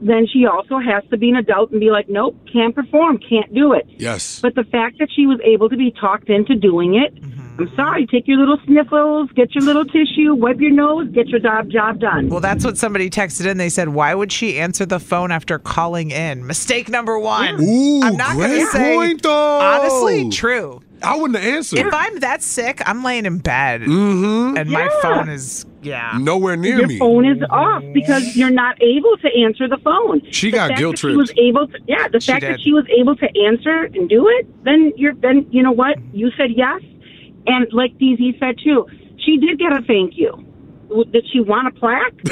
Speaker 6: then she also has to be an adult and be like, nope, can't perform, can't do it.
Speaker 3: Yes.
Speaker 6: But the fact that she was able to be talked into doing it, I'm sorry, take your little sniffles, get your little tissue, wipe your nose, get your job job done.
Speaker 2: Well, that's what somebody texted in. They said, "Why would she answer the phone after calling in?" Mistake number one.
Speaker 3: Ooh,
Speaker 2: I'm not gonna
Speaker 3: great
Speaker 2: say-
Speaker 3: point though.
Speaker 2: Honestly, true.
Speaker 3: I wouldn't have
Speaker 2: If
Speaker 3: answered.
Speaker 2: I'm that sick, I'm laying in bed
Speaker 3: Mm-hmm.
Speaker 2: and my phone is yeah. *laughs*
Speaker 3: Nowhere near
Speaker 6: your
Speaker 3: me.
Speaker 6: phone is off because you're not able to answer the phone.
Speaker 3: She
Speaker 6: The
Speaker 3: got
Speaker 6: fact
Speaker 3: guilt
Speaker 6: that She was
Speaker 3: tripped.
Speaker 6: able to, yeah. The
Speaker 2: She
Speaker 6: fact
Speaker 2: did.
Speaker 6: that she was able to answer and do it, then you're then you know what you said yes, and like DZ said too, she did get a thank you. W- Did she want a plaque?
Speaker 3: *laughs*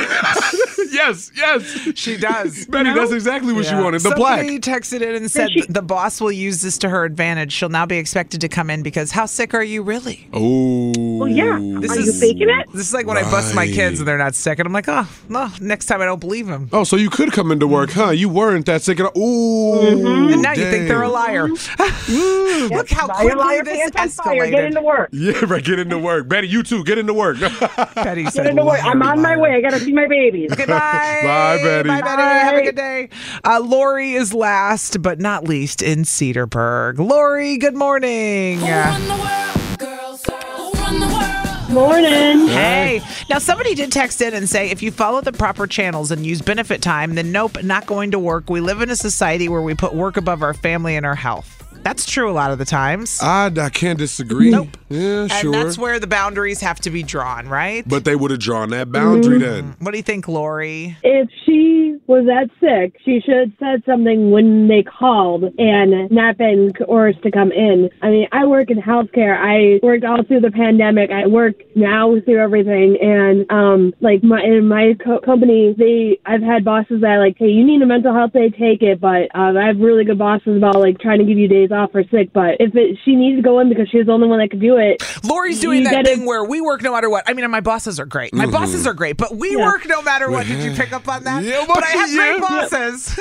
Speaker 3: yes, yes.
Speaker 2: She does.
Speaker 3: *laughs* Betty, that's exactly what she
Speaker 2: Yeah.
Speaker 3: wanted. The
Speaker 2: Somebody
Speaker 3: black.
Speaker 2: texted in and said
Speaker 6: she-
Speaker 2: the boss will use this to her advantage. She'll now be expected to come in because how sick are you really?
Speaker 3: Oh.
Speaker 6: Well, yeah.
Speaker 2: This
Speaker 6: Are
Speaker 2: is-
Speaker 6: you faking it?
Speaker 2: This is like when I bust my kids
Speaker 3: Right.
Speaker 2: and they're not sick, and I'm like, oh no, next time I don't believe them.
Speaker 3: Oh, so you could come into work, huh? You weren't that sick at all. Ooh.
Speaker 6: Mm-hmm.
Speaker 2: And now you think they're a
Speaker 3: dang.
Speaker 2: liar. *laughs* Look how
Speaker 6: Buy your
Speaker 2: quickly
Speaker 6: liar
Speaker 2: this
Speaker 6: pants on fire. Get
Speaker 2: escalated.
Speaker 6: into work.
Speaker 3: Yeah, *laughs* right. Get into work. Betty, you too. Get into work. *laughs*
Speaker 2: Betty said,
Speaker 6: Get into work. I'm on my
Speaker 2: liar.
Speaker 6: way. I gotta see my babies.
Speaker 2: Okay, bye.
Speaker 3: Bye, Betty.
Speaker 2: Bye, Betty.
Speaker 6: Bye.
Speaker 2: Have a good day. Uh, Lori is last, but not least, in Cedarburg. Lori, good morning.
Speaker 6: Morning.
Speaker 2: Hey. Now, somebody did text in and say if you follow the proper channels and use benefit time, then nope, not going to work. We live in a society where we put work above our family and our health. That's true a lot of the times.
Speaker 3: I, I can't disagree. Nope. Yeah,
Speaker 2: and
Speaker 3: sure.
Speaker 2: that's where the boundaries have to be drawn, right?
Speaker 3: but they would have drawn that
Speaker 6: Mm.
Speaker 2: Mm.
Speaker 3: boundary then.
Speaker 2: What do you think, Lori?
Speaker 12: If she was that sick, she should have said something when they called and not been coerced to come in. I mean, I work in healthcare. I worked all through the pandemic. I work now through everything. And, um, like my, in my co- company, they, I've had bosses that are like, hey, you need a mental health day, take it. But, um, I have really good bosses about like trying to give you days off for sick. But if it, she needs to go in because she was the only one that could do it.
Speaker 2: Lori's doing
Speaker 12: you
Speaker 2: that
Speaker 12: gotta-
Speaker 2: thing where we work no matter what. I mean, and my bosses are great.
Speaker 12: Mhm.
Speaker 2: My
Speaker 3: Mm-hmm.
Speaker 2: bosses are great, but we
Speaker 12: Yeah.
Speaker 2: work no matter what. Did you pick up on that?
Speaker 12: Yeah,
Speaker 2: but I have
Speaker 12: yeah.
Speaker 2: great bosses.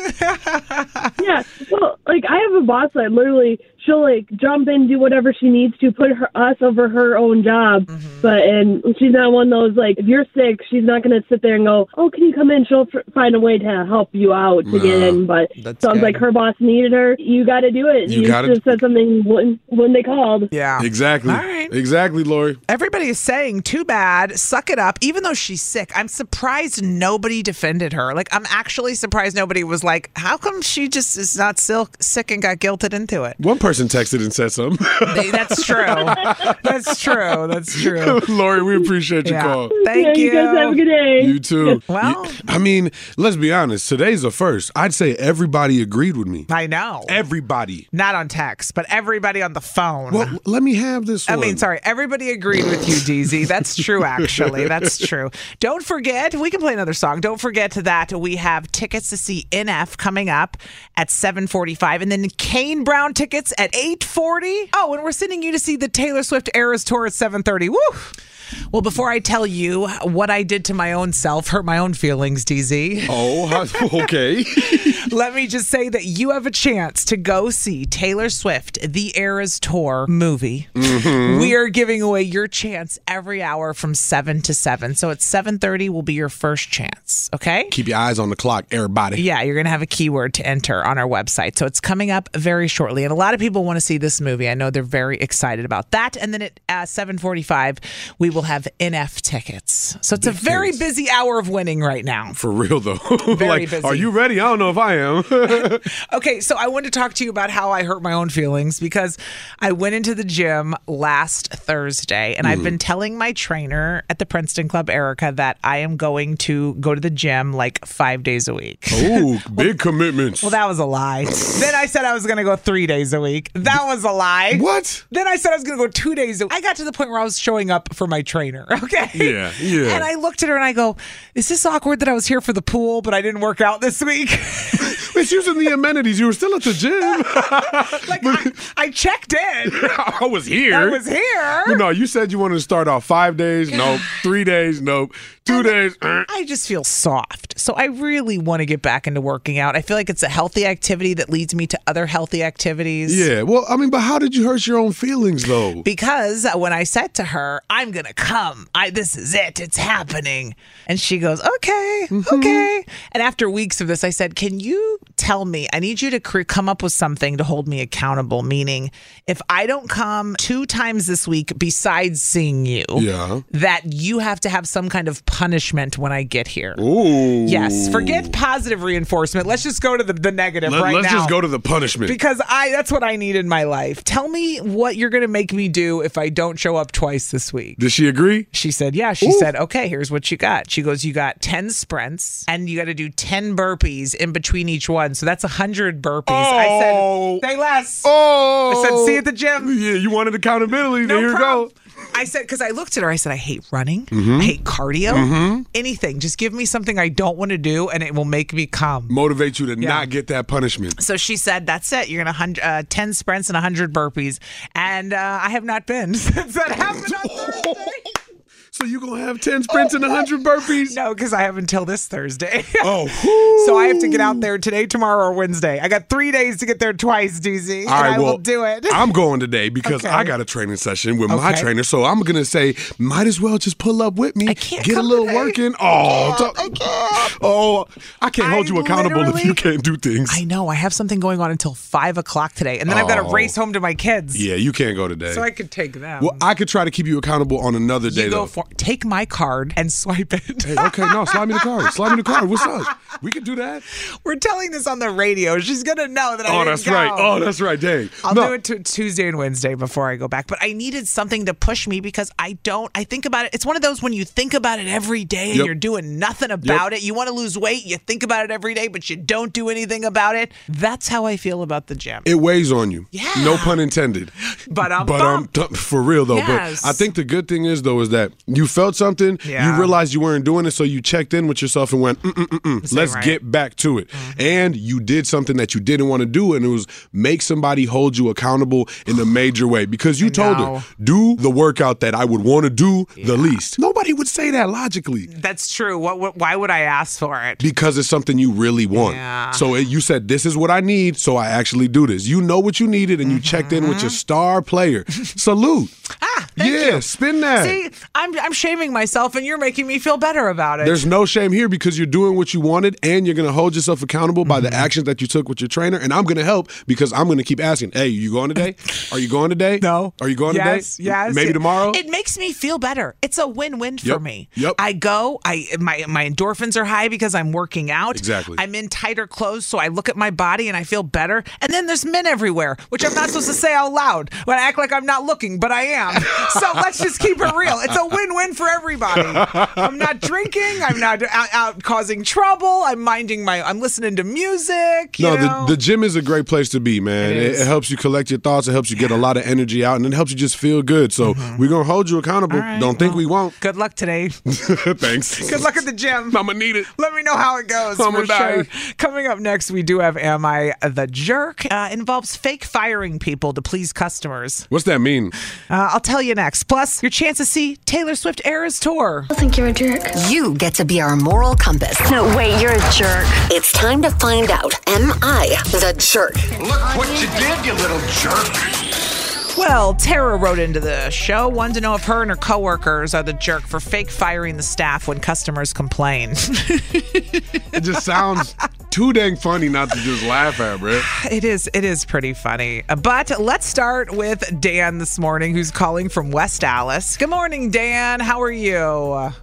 Speaker 2: *laughs*
Speaker 12: yeah. Well, like I have a boss that literally she'll like jump in, do whatever she needs to, put her, us over her own job.
Speaker 3: Mm-hmm.
Speaker 12: But and she's not one of those like if you're sick, she's not gonna sit there and go, oh, can you come in? She'll tr- find a way to help you out to get
Speaker 3: Yeah,
Speaker 12: in. But
Speaker 3: that's
Speaker 12: sounds
Speaker 3: good.
Speaker 12: like her boss needed her. You got to do it.
Speaker 3: You gotta-
Speaker 12: should have said something when when they called.
Speaker 2: Yeah.
Speaker 3: Exactly.
Speaker 2: All right.
Speaker 3: Exactly, Lori.
Speaker 2: Everybody is saying, too bad, suck it up, even though she's sick. I'm surprised nobody defended her. Like, I'm actually surprised nobody was like, how come she just is not still sick and got guilted into it?
Speaker 3: One person texted and said something. *laughs*
Speaker 2: They- That's true.
Speaker 6: *laughs*
Speaker 2: That's true. That's true.
Speaker 3: *laughs* Lori, we appreciate your
Speaker 2: Yeah.
Speaker 3: call.
Speaker 2: Thank
Speaker 12: you guys have a good day.
Speaker 2: *laughs*
Speaker 3: You too.
Speaker 2: Well-
Speaker 3: You- I mean, let's be honest. Today's a first. I'd say everybody agreed with me.
Speaker 2: I know.
Speaker 3: Everybody.
Speaker 2: Not on text, but everybody on the phone.
Speaker 3: Well, let me have this
Speaker 2: I
Speaker 3: one.
Speaker 2: mean, sorry, everybody agreed with you, DZ. That's
Speaker 3: *laughs*
Speaker 2: true, actually. That's true. Don't forget, we can play another song. Don't forget that we have tickets to see NF coming up at 745 and then Kane Brown tickets at 840. Oh, and we're sending you to see the Taylor Swift Eras Tour at 730. Woo! Well, before I tell you what I did to my own self, hurt my own feelings, DZ.
Speaker 3: Oh, *laughs* how- okay.
Speaker 2: *laughs* Let me just say that you have a chance to go see Taylor Swift, The Eras Tour movie.
Speaker 3: Mhm.
Speaker 2: We are giving away your chance every hour from 7 to 7. So at 7:30 will be your first chance, okay?
Speaker 3: Keep your eyes on the clock, everybody.
Speaker 2: Yeah, you're going to have a keyword to enter on our website. So it's coming up very shortly. And a lot of people want to see this movie. I know they're very excited about that. And then at uh, 7:45, we will have NF tickets. So it's a very busy hour of winning right now.
Speaker 3: For real though. *laughs*
Speaker 2: Very
Speaker 3: like,
Speaker 2: busy.
Speaker 3: are
Speaker 2: *laughs*
Speaker 3: you ready? I don't know if I am. *laughs*
Speaker 2: Okay, so I want to talk to you about how I hurt my own feelings because I went into the gym last Thursday and
Speaker 3: Mm-hmm.
Speaker 2: I've
Speaker 13: Mhm.
Speaker 2: been telling my trainer at the Princeton Club, Erica, that I am going to go to the gym like five days a week.
Speaker 3: oh, big commitments.
Speaker 2: *laughs* Well, that was a lie. then I said I was going to go three days a week. That was a lie.
Speaker 3: What?
Speaker 2: Then I said I was going to go two days a week. I got to the point where I was showing up for my trainer. *laughs* Okay.
Speaker 3: Yeah, yeah.
Speaker 2: And I looked at her and I go, Is this awkward that I was here for the pool, but I didn't work out this week?
Speaker 3: *laughs* it's using the amenities. You were still at the gym.
Speaker 2: *laughs* like, I, I checked in.
Speaker 3: *laughs* I was here.
Speaker 2: I was here.
Speaker 3: No, you said you wanted to start off five days. Nope. Three days. Nope. Two days. eh.
Speaker 2: I just feel soft. So I really want to get back into working out. I feel like it's a healthy activity that leads me to other healthy activities.
Speaker 3: Yeah. Well, I mean, but how did you hurt your own feelings though?
Speaker 2: Because when I said to her, I'm going to come. I this is it. It's happening. And she goes, "Okay.
Speaker 3: Mm-hmm.
Speaker 2: Okay." And after weeks of this, I said, "Can you tell me? I need you to cre- come up with something to hold me accountable, meaning if I don't come two times this week besides seeing you,
Speaker 3: Yeah.
Speaker 2: that you have to have some kind of punishment when I get here."
Speaker 3: Ooh.
Speaker 2: Yes, forget positive reinforcement. Let's just go to the, the negative
Speaker 3: Let,
Speaker 2: right
Speaker 3: us
Speaker 2: now.
Speaker 3: just go to the punishment.
Speaker 2: Because I that's what I need in my life. Tell me what you're going to make me do if I don't show up twice this week.
Speaker 3: Did she agree?
Speaker 2: She said, "Yeah." She said, "Okay, here's what you got." She goes, "You got 10 sprints and you got to do 10 burpees in between each one." So that's 100 burpees. I
Speaker 3: Oh.
Speaker 2: said, "Say less."
Speaker 3: Oh.
Speaker 2: I said, "See you at the gym."
Speaker 3: Yeah, you wanted accountability.
Speaker 2: No
Speaker 3: There you
Speaker 2: problem.
Speaker 3: go.
Speaker 2: I said cuz I looked at her. I said, "I hate running.
Speaker 3: Mhm.
Speaker 2: I hate cardio.
Speaker 3: Mhm.
Speaker 2: Anything. Just give me something I don't want to do and it will make me calm."
Speaker 3: Motivate you to not get that punishment.
Speaker 2: So she said, "That's it. You're gonna hun- uh, ten sprints and hundred burpees." And uh, I have not been *laughs* since that happened on Thursday.
Speaker 3: So you gonna have ten sprints and hundred burpees?
Speaker 2: Oh. *laughs* No, because I have until this Thursday. *laughs*
Speaker 3: oh,
Speaker 2: so I have to get out there today, tomorrow, or Wednesday. I got three days to get there twice, DZ, and I will do it.
Speaker 3: I'm going today because
Speaker 2: Okay.
Speaker 3: I got a training session with my
Speaker 2: Okay.
Speaker 3: trainer. So I'm gonna say, might as well just pull up with me. I can't get a little work in. Oh, t- *laughs* oh, I can't hold you accountable if you can't do things.
Speaker 2: I know I have something going on until five o'clock today, and then I've got to
Speaker 3: Oh.
Speaker 2: race home to my kids,
Speaker 3: yeah, you can't go today.
Speaker 2: so I could take them.
Speaker 3: well, I could try to keep you accountable on another day
Speaker 2: you go
Speaker 3: though.
Speaker 2: for take my card and swipe it.
Speaker 3: okay, no, slide me the card. Slide me the card. What's up? We can do that.
Speaker 2: *laughs* We're telling this on the radio. She's gonna know that. I didn't
Speaker 3: Oh, that's
Speaker 2: go.
Speaker 3: right. Oh, that's right. Dang.
Speaker 2: I'll
Speaker 3: No.
Speaker 2: do it t- Tuesday and Wednesday before I go back. But I needed something to push me because I don't. I think about it. It's one of those when you think about it every day and
Speaker 13: Yep.
Speaker 2: you're doing nothing about it. You want to lose weight. You think about it every day, but you don't do anything about it. That's how I feel about the gym.
Speaker 3: It weighs on you. Yeah. No pun intended.
Speaker 2: *gasps* But I'm
Speaker 3: But I'm dumb- for real though.
Speaker 2: Yes.
Speaker 3: But I think the good thing is though is that you felt something,
Speaker 2: Yeah.
Speaker 3: you realized you weren't doing it, so you checked in with yourself and went, mm mm mm mm.
Speaker 2: ain't
Speaker 3: Let's
Speaker 2: right."
Speaker 3: get back to it. And you did something that you didn't want to do, and it was make somebody hold you accountable in a major way because you told
Speaker 2: know.
Speaker 3: them do the workout that I would want to do the least. Nobody would say that logically.
Speaker 2: That's true. What, what? Why would I ask for it?
Speaker 3: Because it's something you really want.
Speaker 2: Yeah.
Speaker 3: So it, you said, This is what I need, so I actually do this. You know what you needed, and you checked in with your
Speaker 2: Mm-hmm.
Speaker 3: star player.
Speaker 2: *laughs*
Speaker 3: Salute. ah, yeah, spin that.
Speaker 2: See, I'm I'm shaming myself, and you're making me feel better about it.
Speaker 3: There's no shame here because you're doing what you wanted and you're going to hold yourself accountable by
Speaker 2: Mm-hmm.
Speaker 3: the actions that you took with your trainer. And I'm going to help because I'm going to keep asking, hey, you going today? Are you going today? No. Are you going
Speaker 2: yes,
Speaker 3: today?
Speaker 2: yes.
Speaker 3: Maybe tomorrow?
Speaker 2: It makes me feel better. It's a win-win for
Speaker 3: Yep,
Speaker 2: me.
Speaker 3: yep.
Speaker 2: I go. I my my endorphins are high because I'm working out.
Speaker 3: Exactly.
Speaker 2: I'm in tighter clothes, so I look at my body and I feel better. And then there's men everywhere, which I'm not supposed to say out loud, but I act like I'm not looking, but I am. So
Speaker 3: *laughs*
Speaker 2: let's just keep it real. It's a win-win for everybody. I'm not drinking. I'm not out, out causing trouble. I'm minding my. I'm listening to music. You
Speaker 3: no,
Speaker 2: know?
Speaker 3: the, the gym is a great place to be, man.
Speaker 2: It
Speaker 3: It, it
Speaker 2: is.
Speaker 3: helps you collect your thoughts. It helps you get a lot of energy out, and it helps you just feel good. So
Speaker 2: Mm-hmm.
Speaker 3: we're gonna hold you accountable. Don't think we won't.
Speaker 2: Good luck today.
Speaker 3: *laughs* Thanks.
Speaker 2: Good luck at the
Speaker 3: *laughs*
Speaker 2: gym.
Speaker 3: I'm gonna need it.
Speaker 2: Let me know how it goes.
Speaker 3: I'ma
Speaker 2: for
Speaker 3: die.
Speaker 2: sure. Coming up next, we do have Am I the Jerk? Uh, involves fake firing people to please customers.
Speaker 3: What's that mean?
Speaker 2: Uh, I'll tell you next. Plus, your chance to see Taylor Swift Eras Tour.
Speaker 1: I think you're a jerk. You get to be our moral compass. No, wait, you're a jerk. It's time to find out Am I the jerk?
Speaker 14: Look what you did, you little jerk.
Speaker 2: Well, Tara wrote into the show, wanted to know if her and her coworkers are the jerk for fake firing the staff when customers complain. *laughs*
Speaker 3: It just sounds too dang funny not to just laugh at, bro.
Speaker 2: *sighs* It is. It is pretty funny. Uh, But let's start with Dan this morning, who's calling from West Dallas. Good morning, Dan. How are you?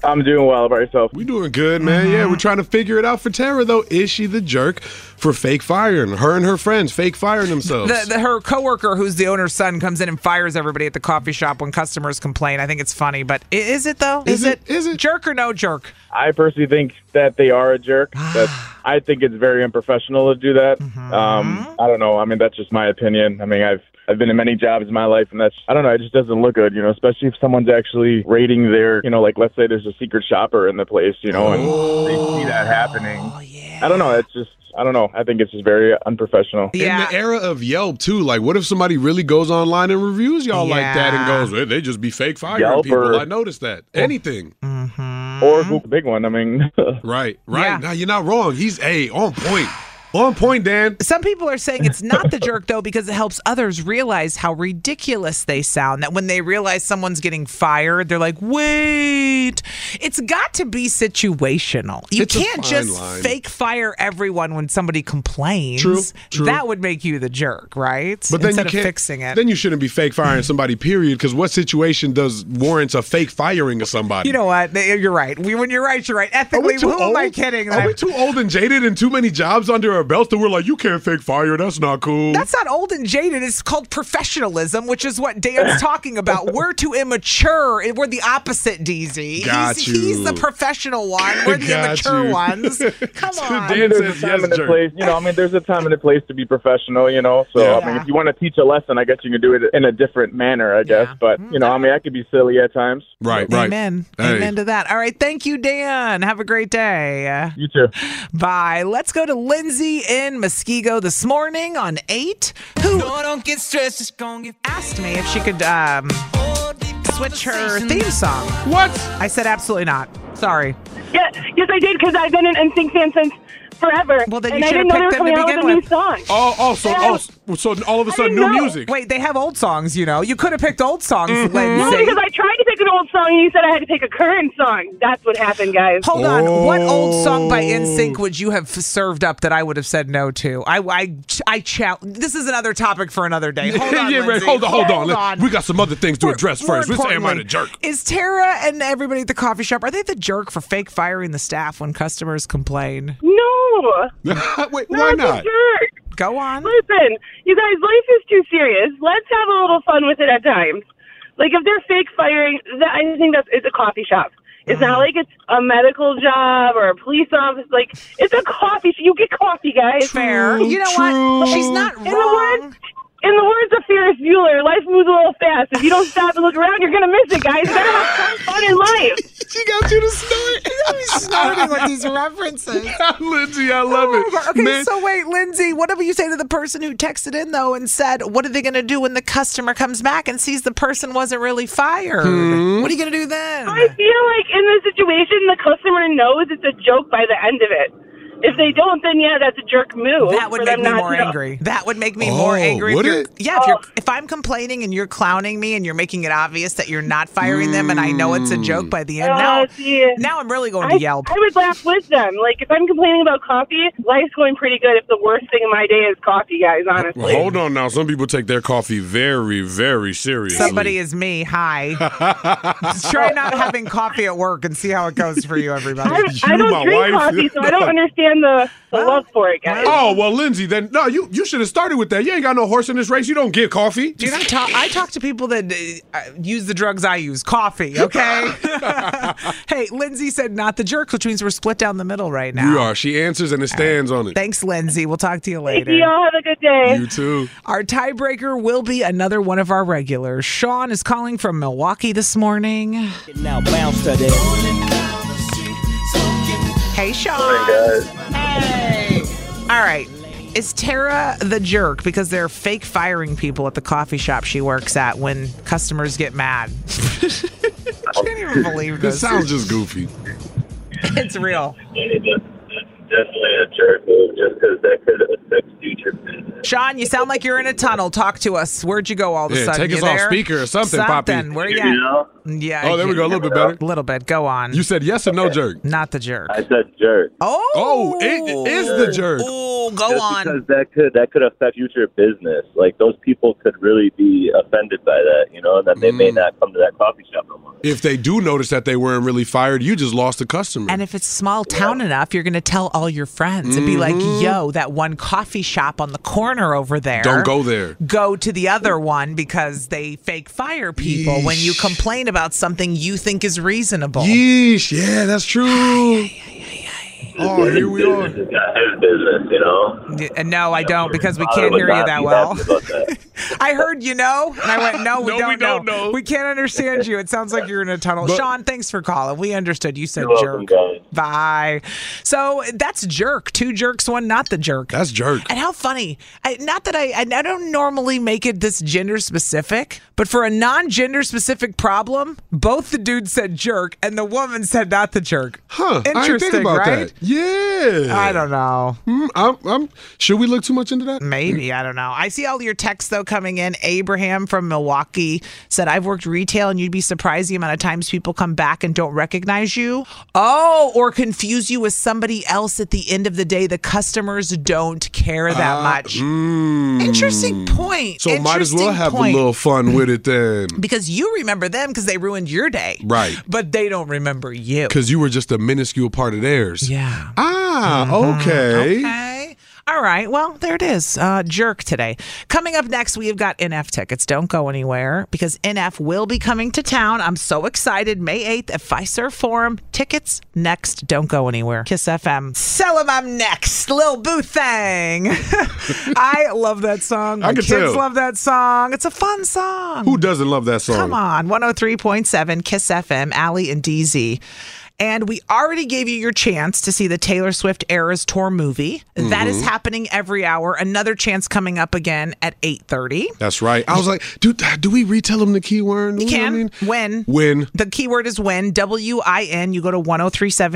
Speaker 3: I'm doing well by yourself. We doing good, man. Yeah,
Speaker 2: Mm-hmm.
Speaker 3: we're trying to figure it out for Tara though. Is she the jerk for fake firing her and her friends fake firing themselves?
Speaker 2: The, the, her coworker, who's the owner's son, comes in and fires everybody at the coffee shop when customers complain. I think it's funny, but i- is it though? Is, it? Is it jerk or no jerk? Ah.
Speaker 15: I personally think that they are a jerk. That's, I think it's very unprofessional to do that.
Speaker 2: Mm-hmm.
Speaker 15: Um, I don't know. I mean, that's just my opinion. I mean, I've I've been in many jobs in my life, and that's I don't know. It just doesn't look good, you know. Especially if someone's actually rating their, you know, like let's say there's a secret shopper in the place, you know, and
Speaker 2: Oh.
Speaker 15: they see that happening. I don't know. It's just I don't know. I think it's just very unprofessional.
Speaker 3: In the era of Yelp too, like what if somebody really goes online and reviews y'all like that and goes, "Eh, they just be fake firing
Speaker 15: Yelp
Speaker 3: people.
Speaker 15: or-
Speaker 3: I noticed that. Anything.
Speaker 15: Or who big one?
Speaker 2: *laughs*
Speaker 15: I mean, *laughs*
Speaker 3: right, right. Now you're not wrong. He's a on point. On point, Dan.
Speaker 2: Some people are saying it's not the jerk though because it helps others realize how ridiculous they sound. That when they realize someone's getting fired, they're like, "Wait, it's got to be situational. You
Speaker 3: It's a
Speaker 2: can't
Speaker 3: fine
Speaker 2: just
Speaker 3: line.
Speaker 2: fake fire everyone when somebody complains.
Speaker 3: True, true.
Speaker 2: That would make you the jerk, right?
Speaker 3: But then
Speaker 2: Instead
Speaker 3: you can't,
Speaker 2: of fixing it.
Speaker 3: Then you shouldn't be fake firing somebody, period, because what situation does warrants a fake firing of somebody?
Speaker 2: You know what? They- You're right. We, when you're right, you're right. Ethically, who am I kidding?
Speaker 3: Are we too old and jaded and too many jobs under our belt that we're like, you can't fake fire, that's not cool.
Speaker 2: That's not old and jaded. It's called professionalism, which is what
Speaker 3: *laughs*
Speaker 2: Dan's talking about. We're too immature. We're the opposite, DZ.
Speaker 3: Got
Speaker 2: he's,
Speaker 3: you.
Speaker 2: he's the professional one. We're the
Speaker 3: Got
Speaker 2: immature
Speaker 3: you. *laughs*
Speaker 2: ones. Come on.
Speaker 15: I mean, there's a time and a place, you know. I mean, there's a time and a place to be professional, you know. So I mean, if you want to teach a lesson, I guess you can do it in a different manner, I guess. But you know, I mean, I could be silly at times.
Speaker 3: Right,
Speaker 2: Hmm. Amen. Amen to that. All right. Thank you, Dan. Have a great day.
Speaker 15: You too.
Speaker 2: Bye. Let's go to Lindsay in Muskego this morning on 8, who asked me if she could um, switch her theme song. What? I said absolutely not. Sorry.
Speaker 6: Yeah, yes, I did because I've been an NSYNC fan since forever. Well,
Speaker 2: then
Speaker 6: and
Speaker 2: you
Speaker 6: I
Speaker 2: should
Speaker 6: didn't know
Speaker 2: have
Speaker 6: they were coming
Speaker 2: picked them to
Speaker 6: out with
Speaker 2: begin
Speaker 6: a new
Speaker 2: with.
Speaker 6: song.
Speaker 3: Oh, oh, so,
Speaker 6: Yeah.
Speaker 3: oh, so all of a sudden, new
Speaker 2: No.
Speaker 3: music. Mm-hmm.
Speaker 2: Wait, they have old songs, you know. You could have picked old songs,
Speaker 6: No,
Speaker 2: Lindsay.
Speaker 6: because I tried to pick an old song and you said I had to pick a current song. That's what happened, guys.
Speaker 2: Hold on. What old song by NSYNC would you have served up that I would have said no to? I I I chal- This is another topic for another
Speaker 3: *laughs*
Speaker 2: day. Hold on.
Speaker 3: *laughs* yeah, right,
Speaker 2: Lindsay.
Speaker 3: hold on, hold on.
Speaker 2: Hold
Speaker 3: Let-
Speaker 2: on.
Speaker 3: We got some other things to address
Speaker 2: More
Speaker 3: first. Let's say, am I
Speaker 2: importantly,
Speaker 3: the jerk? *laughs*
Speaker 2: Is Tara and everybody at the coffee shop are they the jerk for fake firing the staff when customers complain?
Speaker 6: No.
Speaker 3: Wait,
Speaker 6: no,
Speaker 2: why
Speaker 6: it's a
Speaker 2: not?
Speaker 6: jerk.
Speaker 2: Go on.
Speaker 6: Listen, you guys, life is too serious. Let's have a little fun with it at times. Like if they're fake firing, that, I think that's it's a coffee shop. It's
Speaker 2: Mm.
Speaker 6: not like it's a medical job or a police office. Like it's a coffee. You get coffee, guys.
Speaker 2: Fair. You know what?
Speaker 6: True.
Speaker 2: She's not
Speaker 6: In the words, in the words of Ferris Bueller, life moves a little fast. If you don't stop and look around, you're gonna miss it, guys. You gotta have some fun in life.
Speaker 2: she got *laughs* you to snort. She's snorting with these references.
Speaker 3: Lindsay, I love
Speaker 2: Oh my God. *laughs* Okay,
Speaker 3: Man.
Speaker 2: so wait, Lindsay, whatever you say to the person who texted in though and said, "What are they going to do when the customer comes back and sees the person wasn't really fired?
Speaker 3: Hmm.
Speaker 2: What are you going to do then?"
Speaker 6: I feel like in this situation, the customer knows it's a joke by the end of it. If they don't, then yeah, that's a jerk move.
Speaker 2: That would
Speaker 6: for
Speaker 2: make
Speaker 6: them
Speaker 2: me
Speaker 6: not
Speaker 2: more
Speaker 6: to know. Oh.
Speaker 2: angry. That would make me more
Speaker 3: Oh,
Speaker 2: angry.
Speaker 3: would
Speaker 2: if you're-
Speaker 3: it?
Speaker 2: Yeah, if, you're, if I'm complaining and you're clowning me and you're making it obvious that you're not firing them and I know it's a joke
Speaker 3: Hmm.
Speaker 2: by the end,
Speaker 6: Oh,
Speaker 2: now,
Speaker 6: see.
Speaker 2: now I'm really going
Speaker 6: I,
Speaker 2: to yell.
Speaker 6: I would laugh with them. Like if I'm complaining about coffee, life's going pretty good. If the worst thing in my day is coffee, guys, honestly.
Speaker 3: Well, hold on now. Some people take their coffee very, very seriously.
Speaker 2: Somebody is me.
Speaker 3: *laughs*
Speaker 2: Hi. Just Try not having coffee at work and see how it goes for you, everybody.
Speaker 6: I, I don't drink coffee, so
Speaker 2: *laughs*
Speaker 3: *laughs*
Speaker 6: I don't understand the, the love for it, guys.
Speaker 3: Oh well, Lindsay. Then no, you you should have started with that. You ain't got no horse in this race. You don't get coffee.
Speaker 2: Dude, I talk. I talk to people that uh, use the drugs I use, coffee. Okay. *laughs* hey, Lindsay said not the jerk, which means we're split down the middle right now. Uh,
Speaker 3: You are. She answers and it stands on it.
Speaker 2: Thanks, Lindsay. We'll talk to you
Speaker 6: Thank
Speaker 2: later.
Speaker 6: you. All have a good day.
Speaker 3: You too.
Speaker 2: Our tiebreaker will be another one of our regulars. Sean is calling from Milwaukee this morning.
Speaker 16: Now bounce to that.
Speaker 2: Hey, Sean. Hey. All right. Is Tara the jerk because they're fake firing people at the coffee shop she works at when customers get mad? *laughs* I can't even believe
Speaker 3: This
Speaker 2: this.
Speaker 3: sounds just goofy.
Speaker 2: It's real.
Speaker 13: Definitely a jerk move just because that could affect future business.
Speaker 2: Sean, you sound like you're in a tunnel. Talk to us. Where'd you go all of a
Speaker 3: Yeah,
Speaker 2: sudden?
Speaker 3: take
Speaker 2: You
Speaker 3: us off
Speaker 2: there?
Speaker 3: speaker or something, Poppy.
Speaker 2: Something. Where you
Speaker 13: You know?
Speaker 2: at? Yeah.
Speaker 3: Oh, there we go. A little bit better.
Speaker 2: A little bit. Go on.
Speaker 3: You said yes or no jerk.
Speaker 2: Not the jerk.
Speaker 13: I said jerk.
Speaker 2: Oh.
Speaker 3: Oh, it is the jerk.
Speaker 2: Oh, go
Speaker 13: just
Speaker 2: on.
Speaker 13: because that could that could affect future business. Like those people could really be offended by that, you know, and then they may not come to that coffee shop no more.
Speaker 3: If they do notice that they weren't really fired, you just lost a customer.
Speaker 2: And if it's small town enough, you're going to tell all your friends and be like,
Speaker 3: Mm-hmm.
Speaker 2: yo, that one coffee shop on the corner over there.
Speaker 3: Don't go there.
Speaker 2: Go to the other one because they fake fire people when you complain about something you think is reasonable.
Speaker 3: Yeesh. Yeah,
Speaker 2: *sighs*
Speaker 3: that's true. Oh, here we are.
Speaker 13: This is not his business, you know.
Speaker 2: Y- uh, No, I don't because we can't hear
Speaker 13: Father would
Speaker 2: you
Speaker 13: not
Speaker 2: that
Speaker 13: be
Speaker 2: well.
Speaker 13: happy about that.
Speaker 2: I heard you know, and I went, no, we,
Speaker 3: *laughs* No, we
Speaker 2: don't,
Speaker 3: don't
Speaker 2: know.
Speaker 3: know.
Speaker 2: We can't understand you. It sounds like you're in a tunnel.
Speaker 3: But-
Speaker 2: Sean, thanks for calling. We understood. You said
Speaker 13: You're welcome,
Speaker 2: jerk. Bye. So that's jerk. Two jerks, one not the jerk.
Speaker 3: That's jerk.
Speaker 2: And how funny. I, not that I, I I don't normally make it this gender specific, but for a non gender specific problem, both the dude said jerk and the woman said not the jerk.
Speaker 3: Huh. I didn't
Speaker 2: Interesting,
Speaker 3: think about
Speaker 2: right?
Speaker 3: that. Yeah.
Speaker 2: I don't know.
Speaker 3: Hmm, I'm, I'm, should we look too much into that?
Speaker 2: Maybe. I don't know. I see all your texts, though, coming in. Abraham from Milwaukee said, I've worked retail, and you'd be surprised the amount of times people come back and don't recognize you. Oh, or confuse you with somebody else at the end of the day. The customers don't care that much.
Speaker 3: Mm.
Speaker 2: Interesting point.
Speaker 3: Ah, So might as well
Speaker 2: Interesting
Speaker 3: have
Speaker 2: point.
Speaker 3: a little fun with
Speaker 2: *clears throat*
Speaker 3: it then.
Speaker 2: Because you remember them because they ruined your day.
Speaker 3: Right.
Speaker 2: But they don't remember you.
Speaker 3: Because you were just a minuscule part of theirs.
Speaker 2: Yeah. Mm-hmm.
Speaker 3: Ah, okay.
Speaker 2: Okay. All right. Well, there it is. Uh, jerk today. Coming up next, we have got NF tickets. Don't go anywhere because NF will be coming to town. I'm so excited. May 8th at Fiserv Forum. Tickets next. Don't go anywhere. Kiss FM. Sell 'em I'm next. Lil Boo Thang. *laughs* I love that song.
Speaker 3: I
Speaker 2: My
Speaker 3: can
Speaker 2: kids
Speaker 3: tell.
Speaker 2: love that song. It's a fun song. oh
Speaker 3: Who doesn't love that song?
Speaker 2: Come on, 103.7 Kiss FM, Allie and DZ. And we already gave you your chance to see the Taylor Swift Eras Tour movie. That is
Speaker 3: Mhm.
Speaker 2: happening every hour. Another chance coming up again at 8.30.
Speaker 3: That's right. I was like, dude, do we retell him the keyword?
Speaker 2: You
Speaker 3: know what I
Speaker 2: can.
Speaker 3: mean?
Speaker 2: When.
Speaker 3: Win.
Speaker 2: The keyword is when, W I N. You go to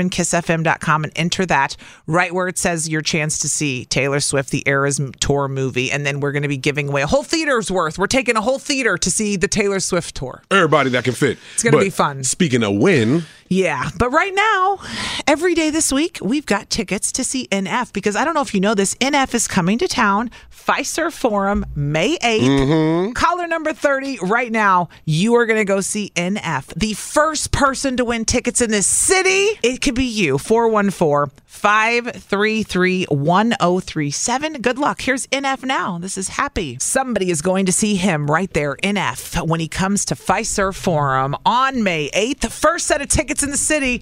Speaker 2: 1037kissfm.com and enter that right where it says your chance to see Taylor Swift, the Eras Tour movie. And then we're going to be giving away a whole theater's worth. We're taking a whole theater to see the Taylor Swift tour.
Speaker 3: Everybody that can fit. It's
Speaker 2: gonna be fun.
Speaker 3: Speaking of win,
Speaker 2: Yeah, but right now, every day this week, we've got tickets to see NF because I don't know if you know this. NF is coming to town, Pfizer Forum, May 8th, Mm-hmm. caller number 30. Right now, you are going to go see NF. The first person to win tickets in this city, it could be you, 414 533 1037. Good luck. Here's NF now. This is happy. Somebody is going to see him right there, NF, when he comes to Pfizer Forum on May 8th. The First set of tickets in the city.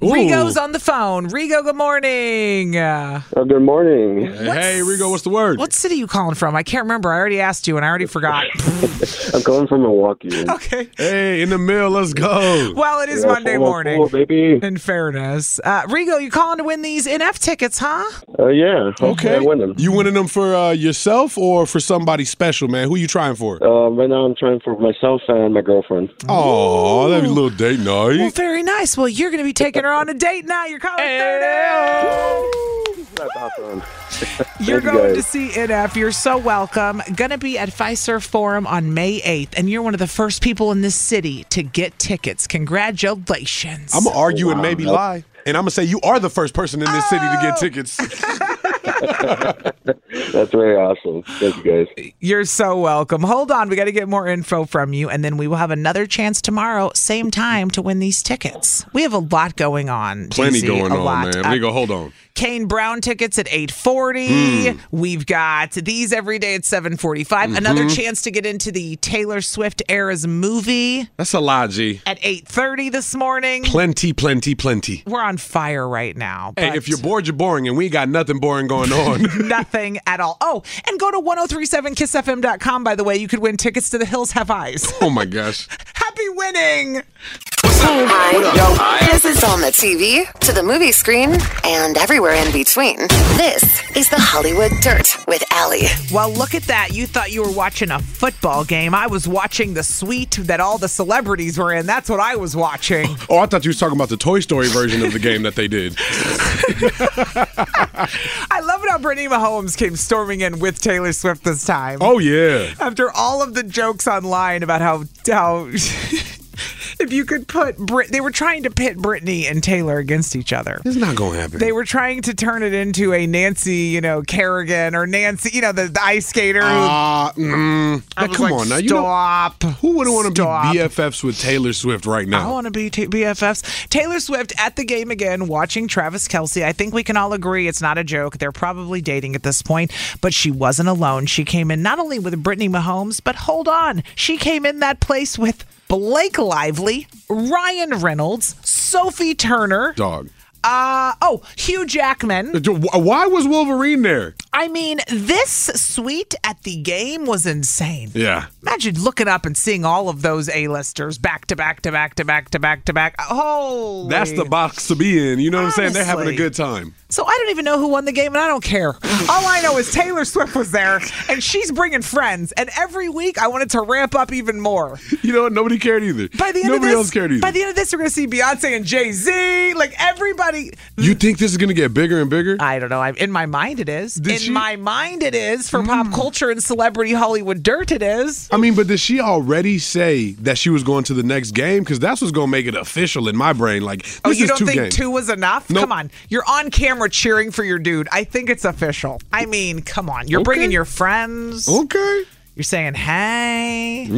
Speaker 2: Rigo's on the phone. Rigo, good morning. Uh,
Speaker 17: Oh, good morning.
Speaker 3: Hey, Rigo, what's the word?
Speaker 2: What city you calling from? I can't remember. I already asked you and I already forgot.
Speaker 17: I'm calling from Milwaukee.
Speaker 2: *laughs* okay.
Speaker 3: Hey, in the mill, let's go.
Speaker 2: Well, it is
Speaker 17: Yeah,
Speaker 2: Monday
Speaker 17: four oh
Speaker 2: morning.
Speaker 17: four, baby.
Speaker 2: In fairness. Uh, Rigo, you calling to win these NF tickets, huh?
Speaker 17: Uh, yeah.
Speaker 3: Okay.
Speaker 17: I win them.
Speaker 3: You winning them for uh, yourself or for somebody special, man? Who you trying for?
Speaker 17: Um, right now, I'm trying for myself and my girlfriend.
Speaker 3: Oh, that'd be a little date
Speaker 2: Well,
Speaker 3: night.
Speaker 2: very nice. Well, you're going to be taking her on a date now. You're calling 30.
Speaker 17: That's awesome.
Speaker 2: You're
Speaker 17: Thank you
Speaker 2: going to
Speaker 17: guys.
Speaker 2: see NF. You're so welcome. Going to be at Pfizer Forum on May 8th, and you're one of the first people in this city to get tickets. Congratulations.
Speaker 3: I'm gonna argue and maybe lie, and I'm gonna say you are the first person in this city to
Speaker 2: Oh.
Speaker 3: get tickets.
Speaker 17: *laughs*
Speaker 2: *laughs*
Speaker 17: That's very awesome. Thank you guys.
Speaker 2: You're so welcome. Hold on. We got to get more info from you, and then we will have another chance tomorrow, same time, to win these tickets. We have a lot going on.
Speaker 3: Plenty
Speaker 2: DZ,
Speaker 3: going
Speaker 2: a
Speaker 3: on,
Speaker 2: lot.
Speaker 3: man.
Speaker 2: Uh,
Speaker 3: Rigo, hold on.
Speaker 2: Kane Brown tickets at
Speaker 3: Hmm.
Speaker 2: 8:40. We've got these every day at 7:45. Another
Speaker 3: Mhm.
Speaker 2: chance to get into the Taylor Swift Eras movie
Speaker 3: That's a lot, G.
Speaker 2: at 8:30 this morning.
Speaker 3: Plenty, plenty, plenty.
Speaker 2: We're on fire right now.
Speaker 3: Hey,
Speaker 2: but
Speaker 3: if you're bored, you're boring, and we ain't got nothing boring going on. *laughs*
Speaker 2: *laughs* nothing at all. Oh, and go to 1037kissfm.com by the way. You could win tickets to The Hills Have Eyes.
Speaker 3: oh my gosh.
Speaker 2: Happy winning.
Speaker 1: Hi. This is on the TV, to the movie screen, and everywhere in between. This is the Hollywood Dirt with Allie.
Speaker 2: Well, look at that. You thought you were watching a football game. I was watching the suite that all the celebrities were in. That's what I was
Speaker 3: *laughs*
Speaker 2: watching.
Speaker 3: Oh, I thought you was talking about the Toy Story version of the game that they did.
Speaker 2: I love it how Brittany Mahomes came storming in with Taylor Swift this time.
Speaker 3: Oh yeah.
Speaker 2: After all of the jokes online about how how *laughs* if you could put Brit, they were trying to pit Brittany and Taylor against each other.
Speaker 3: It's not gonna happen.
Speaker 2: They were trying to turn it into a Nancy, you know, Kerrigan or Nancy, you know, the, the ice skater. who-
Speaker 3: Ah, mm,
Speaker 2: I
Speaker 3: now,
Speaker 2: was
Speaker 3: come
Speaker 2: like,
Speaker 3: on now.
Speaker 2: Stop.
Speaker 3: You know, who wouldn't want to be
Speaker 2: Stop.
Speaker 3: BFFs with Taylor Swift right
Speaker 2: I
Speaker 3: now?
Speaker 2: want to be t- BFFs. Taylor Swift at the game again, watching Travis Kelsey. I think we can all agree it's not a joke. They're probably dating at this point, but she wasn't alone. She came in not only with Brittany Mahomes, but hold on, she came in that place with Blake Lively, Ryan Reynolds, Sophie Turner.
Speaker 3: Dog. Uh,
Speaker 2: Uh, oh, Hugh Jackman.
Speaker 3: Why was Wolverine there?
Speaker 2: I mean, this suite at the game was insane.
Speaker 3: Yeah.
Speaker 2: Imagine looking up and seeing all of those A-listers back to back to back to back to back to back. Oh,
Speaker 3: That's the box to be in. You know what I'm saying? They're having a
Speaker 2: Honestly.
Speaker 3: good time.
Speaker 2: So I don't even know who won the game, and I don't care. All I know is Taylor Swift was there, and she's bringing friends. And every week, I wanted to ramp up even more.
Speaker 3: You know what? Nobody cared either.
Speaker 2: By the end
Speaker 3: Nobody
Speaker 2: of
Speaker 3: else
Speaker 2: this,
Speaker 3: cared either.
Speaker 2: by the end of this, we're gonna see Beyonce and Jay Z. Like everybody,
Speaker 3: you think this is going to get bigger and bigger?
Speaker 2: I don't know. I'm in my mind. It is
Speaker 3: Did
Speaker 2: in
Speaker 3: she- Hmm.
Speaker 2: my mind. It is for pop culture and celebrity Hollywood dirt. It is.
Speaker 3: I mean, but did she already say that she was going to the next game? Because that's what's going to make it official in my brain. Like, this
Speaker 2: Oh, you
Speaker 3: is
Speaker 2: don't
Speaker 3: two
Speaker 2: think
Speaker 3: games.
Speaker 2: two was enough?
Speaker 3: Nope.
Speaker 2: Come on. You're on camera cheering for your dude. I think it's official. I mean, come on. You're bringing
Speaker 3: Okay.
Speaker 2: your friends.
Speaker 3: Okay. Mm.
Speaker 2: You're saying, hey.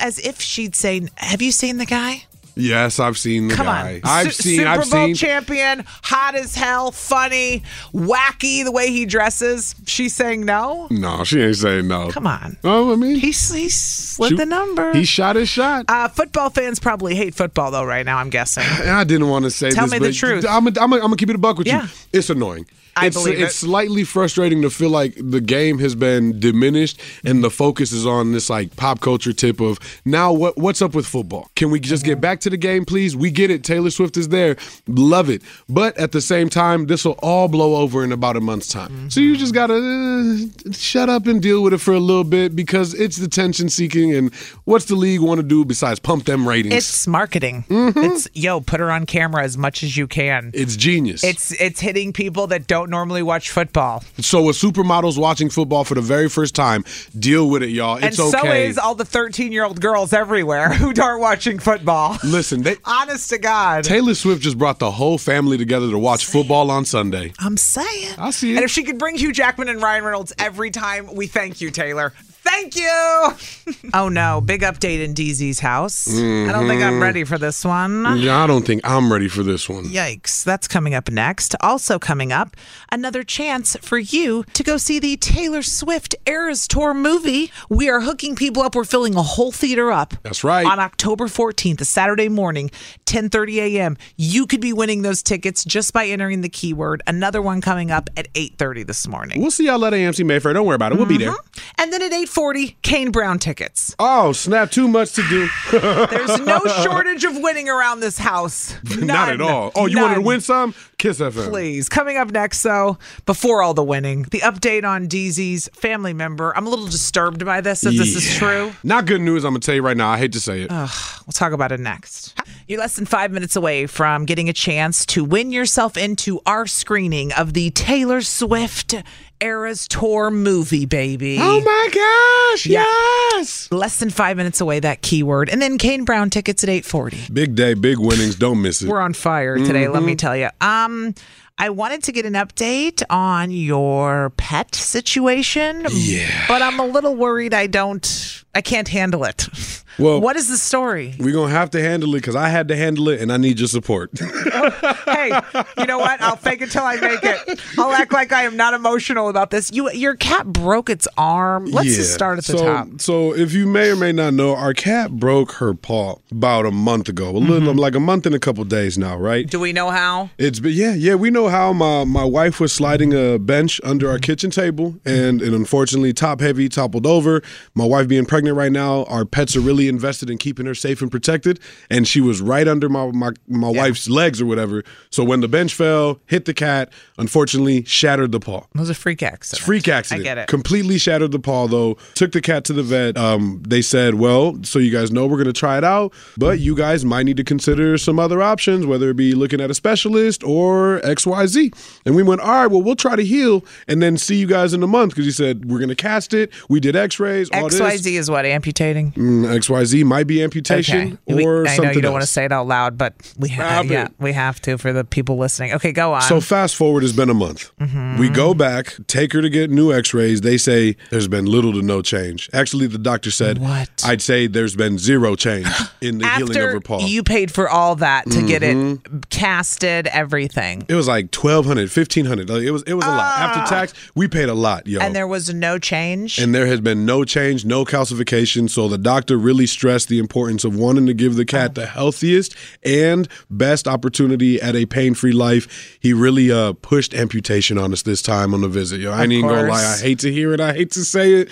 Speaker 2: As if she'd say, have you seen the guy?
Speaker 3: Yes, I've seen the
Speaker 2: Come
Speaker 3: guy.
Speaker 2: on.
Speaker 3: I've
Speaker 2: Su-
Speaker 3: seen.
Speaker 2: Super
Speaker 3: I've
Speaker 2: Bowl
Speaker 3: seen.
Speaker 2: champion, hot as hell, funny, wacky the way he dresses. She's saying no?
Speaker 3: no, she ain't saying no.
Speaker 2: Come on.
Speaker 3: Oh, I mean,
Speaker 2: He, he slid
Speaker 3: She-
Speaker 2: the number.
Speaker 3: he shot his shot.
Speaker 2: uh, football fans probably hate football, though, right now, I'm guessing.
Speaker 3: And I didn't want to say
Speaker 2: Tell
Speaker 3: this.
Speaker 2: me the
Speaker 3: but
Speaker 2: truth.
Speaker 3: I'm gonna I'm I'm keep it a buck with
Speaker 2: Yeah.
Speaker 3: you. It's annoying.
Speaker 2: I
Speaker 3: it's,
Speaker 2: believe it.
Speaker 3: it's slightly frustrating to feel like the game has been diminished
Speaker 2: Mm-hmm.
Speaker 3: and the focus is on this like pop culture tip of now what what's up with football? Can we just get back to the game, please. We get it. Taylor Swift is there. Love it. But at the same time, this will all blow over in about a month's time.
Speaker 2: Mm-hmm.
Speaker 3: So you just got to uh, shut up and deal with it for a little bit because it's the tension seeking. And what's the league want to do besides pump them ratings? Mm-hmm.
Speaker 2: It's marketing. It's yo, put her on camera as much as you can.
Speaker 3: It's genius.
Speaker 2: It's it's hitting people that don't normally watch football.
Speaker 3: so a supermodel's watching football for the very first time. Deal with it, y'all. It's
Speaker 2: and so
Speaker 3: okay.
Speaker 2: is all the 13 year old girls everywhere *laughs* who aren't watching football.
Speaker 3: Listen, they,
Speaker 2: Honest to God.
Speaker 3: Taylor Swift just brought the whole family together to watch football on Sunday.
Speaker 2: I'm saying.
Speaker 3: I see it.
Speaker 2: And if she could bring Hugh Jackman and Ryan Reynolds every time, we thank you, Taylor. Thank you. *laughs* oh no, big update in DZ's house. I don't think I'm
Speaker 3: Mhm.
Speaker 2: ready for this one.
Speaker 3: Yeah, I don't think I'm ready for this one.
Speaker 2: Yikes. That's coming up next. Also, coming up, another chance for you to go see the Taylor Swift Eras Tour movie. We are hooking people up. We're filling a whole theater up.
Speaker 3: That's right.
Speaker 2: On October 14th, a Saturday morning, 10:30 a.m. You could be winning those tickets just by entering the keyword. Another one coming up at 8:30 this morning.
Speaker 3: We'll see y'all at AMC Mayfair. Don't worry about it. We'll be there.
Speaker 2: And then at 8:40, Kane Brown tickets.
Speaker 3: Oh, snap. Too much to do.
Speaker 2: *laughs* There's no shortage of winning around this house.
Speaker 3: *laughs* Not at
Speaker 2: None.
Speaker 3: all. Oh, you wanted to
Speaker 2: None.
Speaker 3: win some? Kiss FM.
Speaker 2: Please. Coming up next, though, before all the winning, the update on DZ's family member. I'm a little disturbed by this, if this is
Speaker 3: Yeah.
Speaker 2: true.
Speaker 3: Not good news, I'm going to tell you right now. I hate to say it.
Speaker 2: Ugh, we'll talk about it next. You're less than five minutes away from getting a chance to win yourself into our screening of the Taylor Swift Eras Tour movie, baby.
Speaker 3: Oh my gosh, yes!
Speaker 2: Less than five minutes away, that keyword. And then Kane Brown tickets at 840.
Speaker 3: Big day, big winnings. Don't miss it.
Speaker 2: We're on fire today, let me
Speaker 3: Mhm.
Speaker 2: tell you. Um, I wanted to get an update on your pet situation.
Speaker 3: Yeah.
Speaker 2: But I'm a little worried I don't I can't handle it. *laughs*
Speaker 3: Well-
Speaker 2: what is the story?
Speaker 3: We're going to have to handle it because I had to handle it and I need your support. *laughs*
Speaker 2: hey, you know what? I'll fake it till I make it. I'll act like I am not emotional about this. You your cat broke its arm. Let's just
Speaker 3: Yeah.
Speaker 2: start at the
Speaker 3: so,
Speaker 2: top.
Speaker 3: So, if you may or may not know, our cat broke her paw about a month ago. A little,
Speaker 2: Mm-hmm.
Speaker 3: like a month and a couple days now, right?
Speaker 2: Do we know how?
Speaker 3: It's been yeah, yeah. We know how my my wife was sliding a bench under our kitchen table, and it unfortunately top heavy toppled over. My wife being pregnant right now, our pets are really invested in keeping her safe and protected, and she was right under my my, my wife's legs or whatever. So when the bench fell, hit the cat, unfortunately shattered the paw.
Speaker 2: It was a freak accident.
Speaker 3: It's freak accident.
Speaker 2: I get it.
Speaker 3: Completely shattered the paw though. Took the cat to the vet. Um, they said, well, so you guys know we're gonna try it out, but you guys might need to consider some other options, whether it be looking at a specialist or X Y Z. And we went, all right, well, we'll try to heal and then see you guys in a month because he said we're gonna cast it. We did X-rays. All this.
Speaker 2: XYZ is what amputating.
Speaker 3: Mm, XYZ might be amputation
Speaker 2: We-
Speaker 3: or
Speaker 2: I
Speaker 3: something
Speaker 2: know you don't want to
Speaker 3: else.
Speaker 2: say it out loud, but we have,
Speaker 3: Stop
Speaker 2: yeah,
Speaker 3: it.
Speaker 2: we have to for the people listening. Okay, go on.
Speaker 3: So fast forward has been a month.
Speaker 2: Mm-hmm.
Speaker 3: We go back, take her to get new X-rays. They say there's been little to no change. Actually, the doctor said,
Speaker 2: What?
Speaker 3: I'd say there's been
Speaker 2: *gasps*
Speaker 3: zero change in the healing of
Speaker 2: After
Speaker 3: her paw.
Speaker 2: you paid for all that to get
Speaker 3: Mm-hmm.
Speaker 2: it casted, everything,
Speaker 3: it was like 1200 1500 Like, It was it was a lot.
Speaker 2: Ah.
Speaker 3: After tax, we paid a lot, yo.
Speaker 2: and there was no change.
Speaker 3: And there has been no change, no calcification. So the doctor really stressed the importance of wanting to give the
Speaker 2: Oh.
Speaker 3: cat the healthiest and best opportunity at a pain free life. He really uh, pushed amputation on us this time on the visit. Yo, I
Speaker 2: Of
Speaker 3: ain't even gonna lie. I
Speaker 2: course.
Speaker 3: hate to hear it. I hate to say it.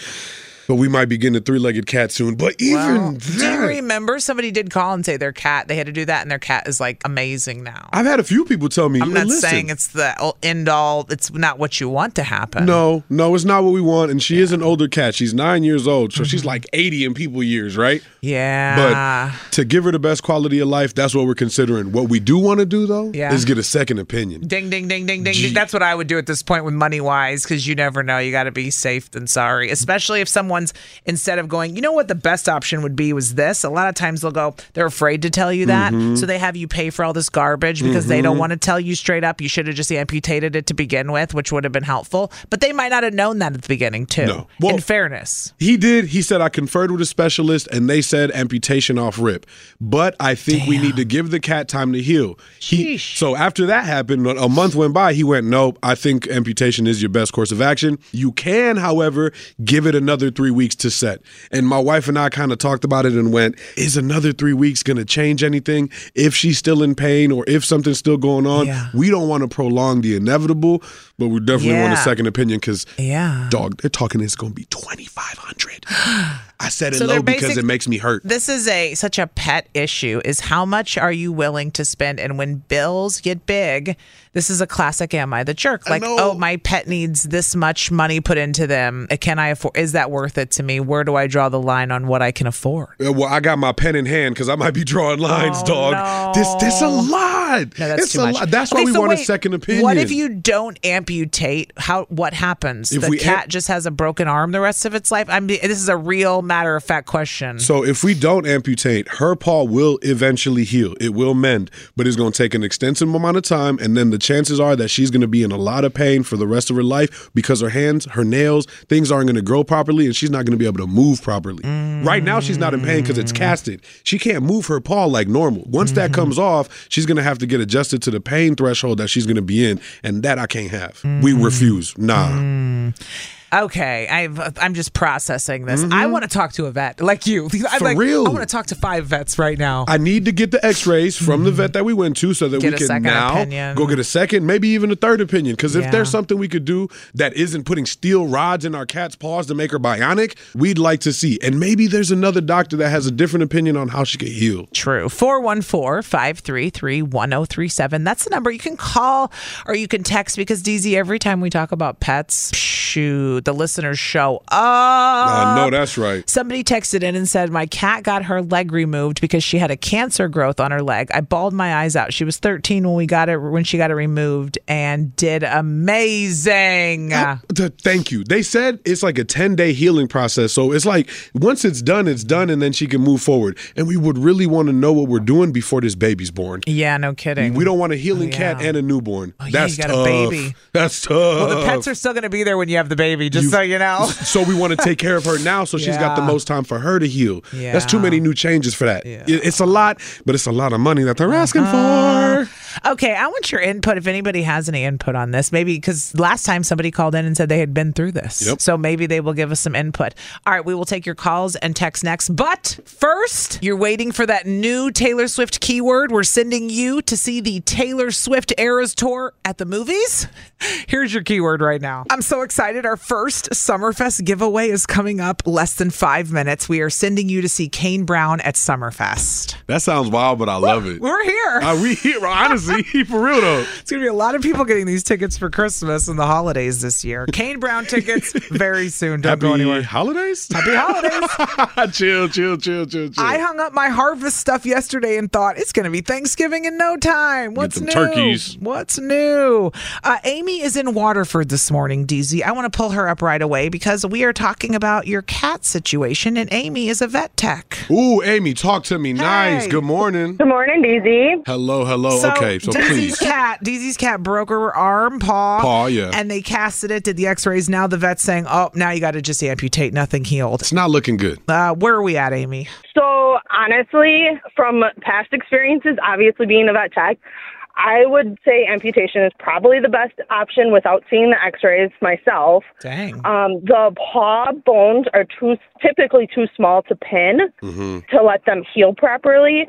Speaker 3: But we might be getting a three legged cat soon. But even
Speaker 2: Well, do you
Speaker 3: that-
Speaker 2: remember somebody did call and say their cat? They had to do that, and their cat is like amazing now.
Speaker 3: I've had a few people tell me.
Speaker 2: I'm not
Speaker 3: "Listen,
Speaker 2: saying it's the o- end all. It's not what you want to happen.
Speaker 3: No, no, it's not what we want. And she is an older cat. She's nine years old,
Speaker 2: Mm-hmm.
Speaker 3: so she's like 80 in people years, right?
Speaker 2: Yeah.
Speaker 3: But to give her the best quality of life, that's what we're considering. What we do want to do, though,
Speaker 2: Yeah.
Speaker 3: is get a second opinion.
Speaker 2: Ding, ding, ding, ding, ding, ding. That's what I would do at this point with money wise, because you never know. You got to be safe than sorry, especially if someone's instead of going, you know what, the best option would be was this. A lot of times they'll go, they're afraid to tell you that.
Speaker 3: Mm-hmm.
Speaker 9: Mhm.
Speaker 2: So they have you pay for all this garbage because they don't
Speaker 9: Mhm.
Speaker 2: want to tell you straight up. You should have just amputated it to begin with, which would have been helpful. But they might not have known that at the beginning, too.
Speaker 3: No. Well-
Speaker 2: in fairness.
Speaker 3: He did. He said, I conferred with a specialist and they said amputation off rip. But I think we need to give the cat time to heal. He, so after that happened, a month went by. He went, Nope, I think amputation is your best course of action. You can, however, give it another three weeks to set. And my wife and I kind of talked about it and went, Is another three weeks going to change anything? If she's still in pain or if something's still going on, we don't want to prolong the inevitable. But we definitely want a
Speaker 2: Yeah.
Speaker 3: second opinion because,
Speaker 2: Yeah.
Speaker 3: dog, they're talking it's going to be 2,500. I said it
Speaker 2: So they're
Speaker 3: low because
Speaker 2: basic-
Speaker 3: it makes me hurt.
Speaker 2: This is a such a pet issue is how much are you willing to spend and when bills get big, this is a classic am I the jerk? Like, oh, my pet needs this much money put into them. Can I afford is that worth it to me? Where do I draw the line on what I can afford?
Speaker 3: Uh, Well, I got my pen in hand because I might be drawing lines,
Speaker 2: Oh,
Speaker 3: dog. This, this a lot.
Speaker 2: No, that's
Speaker 3: it's
Speaker 2: too
Speaker 3: a
Speaker 2: much.
Speaker 3: lot. That's why
Speaker 2: Okay,
Speaker 3: we
Speaker 2: so
Speaker 3: want a
Speaker 2: wait,
Speaker 3: second opinion.
Speaker 2: What if you don't amputate? How what happens?
Speaker 3: If
Speaker 2: the
Speaker 3: we am-
Speaker 2: cat just has a broken arm the rest of its life. I'm this is a real matter of fact question.
Speaker 3: So if we don't amputate, her paw will eventually heal. It will mend, but it's going to take an extensive amount of time, and then the chances are that she's going to be in a lot of pain for the rest of her life because her hands, her nails, things aren't going to grow properly, and she's not going to be able to move properly. Right now, she's not in pain because it's casted. She can't move her paw like normal. Once that comes off, she's going to have to get adjusted to the pain threshold that she's going to be in, and that I can't have. We refuse. Nah.
Speaker 2: Okay, I've, I'm just processing this. I want to talk to a vet like you. *laughs* I'm
Speaker 3: Mm-hmm. For
Speaker 2: like,
Speaker 3: real.
Speaker 2: I want to talk to five vets right now. Mm-hmm.
Speaker 3: I need to get the X-rays from the vet that we went to, so that
Speaker 2: Get a
Speaker 3: we can
Speaker 2: second
Speaker 3: now
Speaker 2: opinion.
Speaker 3: go get a second, maybe even a third opinion. Because if
Speaker 2: Yeah.
Speaker 3: there's something we could do that isn't putting steel rods in our cat's paws to make her bionic, we'd like to see. And maybe there's another doctor that has a different opinion on how she could heal.
Speaker 2: True. 414 533 1037. oh, That's the number you can call or you can text because DZ, every time we talk about pets, shoot, the listeners show up.
Speaker 3: I know that's right.
Speaker 2: Somebody texted in and said, My cat got her leg removed because she had a cancer growth on her leg. I bawled my eyes out. She was 13 when we got it when she got it removed and did amazing.
Speaker 3: Th- Thank you. They said it's like a 10 day healing process. So it's like once it's done, it's done, and then she can move forward. And we would really want to know what we're doing before this baby's born.
Speaker 2: Yeah, no kidding.
Speaker 3: We don't want a healing cat and a newborn.
Speaker 2: Oh, yeah,
Speaker 3: That's
Speaker 2: you got a
Speaker 3: tough.
Speaker 2: baby.
Speaker 3: That's tough.
Speaker 2: Well, the pets are still going to be there when you have the baby, just so you
Speaker 3: *laughs*
Speaker 2: know.
Speaker 3: so we want to take care of her now so she's got the
Speaker 2: Yeah.
Speaker 3: most time for her to heal. That's too
Speaker 2: Yeah.
Speaker 3: many new changes for that. It- It's a lot, but it's a lot of money that
Speaker 2: Uh-huh.
Speaker 3: they're asking for.
Speaker 2: Uh, Okay, I want your input if anybody has any input on this. Maybe because last time somebody called in and said they had been through this.
Speaker 3: Yep.
Speaker 2: So maybe they will give us some input. All right, we will take your calls and text next. But first, you're waiting for that new Taylor Swift keyword. We're sending you to see the Taylor Swift Eras Tour at the movies. *laughs* Here's your keyword right now. I'm so excited. Our first Summerfest giveaway is coming up less than five minutes. We are sending you to see Kane Brown at Summerfest.
Speaker 3: That sounds wild, but I love it.
Speaker 2: We're here.
Speaker 3: Are we here?
Speaker 2: *laughs*
Speaker 3: Honestly, *laughs* for real though.
Speaker 2: It's going to be a lot of people getting these tickets for Christmas and the holidays this
Speaker 3: *laughs*
Speaker 2: year. Kane Brown tickets very soon. Don't go
Speaker 3: Happy
Speaker 2: anywhere.
Speaker 3: holidays.
Speaker 2: Happy holidays.
Speaker 3: *laughs* chill, chill, chill, chill, chill.
Speaker 2: I hung up my harvest stuff yesterday and thought it's going to be Thanksgiving in no time. What's
Speaker 3: them
Speaker 2: new?
Speaker 3: turkeys.
Speaker 2: What's new? Uh, Amy is in Waterford this morning, DZ. I want to pull her up right away because we are talking about your cat situation, and Amy is a vet tech.
Speaker 3: Ooh, Amy, talk to me. Nice.
Speaker 2: Hey.
Speaker 3: Good morning.
Speaker 18: Good morning, DZ.
Speaker 3: Hello, hello.
Speaker 2: So,
Speaker 3: okay, so
Speaker 2: DZ's
Speaker 3: please.
Speaker 2: cat, DZ's cat broke her arm, paw,
Speaker 3: Paw, yeah.
Speaker 2: and they casted it, did the X-rays. Now the vet's saying, "Oh, now you got to just amputate. Nothing healed."
Speaker 3: It's not looking good.
Speaker 2: Uh, where are we at, Amy?
Speaker 18: So, honestly, from past experiences, obviously being a vet tech, I would say amputation is probably the best option without seeing the x rays myself.
Speaker 2: Dang.
Speaker 18: Um, the paw bones are too, typically too small to pin
Speaker 19: Mm-hmm.
Speaker 18: to let them heal properly.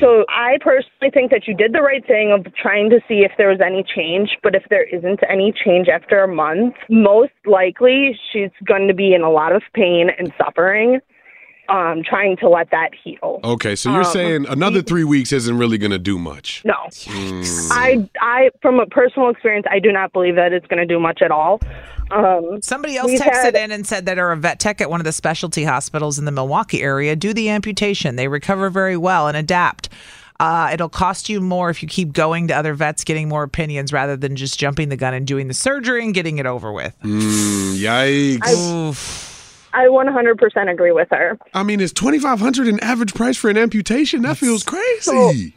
Speaker 18: So, I personally think that you did the right thing of trying to see if there was any change. But if there isn't any change after a month, most likely she's going to be in a lot of pain and suffering. Um, trying to let that heal.
Speaker 3: Okay, so you're
Speaker 18: Um,
Speaker 3: saying another three weeks isn't really going to do much.
Speaker 18: no.
Speaker 3: Mm.
Speaker 18: I, I, from a personal experience, I do not believe that it's going to do much at all. Um,
Speaker 2: Somebody else texted in and said that are a vet tech at one of the specialty hospitals in the Milwaukee area. Do the amputation. They recover very well and adapt. Uh, it'll cost you more if you keep going to other vets, getting more opinions rather than just jumping the gun and doing the surgery and getting it over with.
Speaker 3: Mm, yikes.
Speaker 18: I- I 100% agree with her.
Speaker 3: I mean, it's twenty five hundred an average price for an amputation. That feels crazy.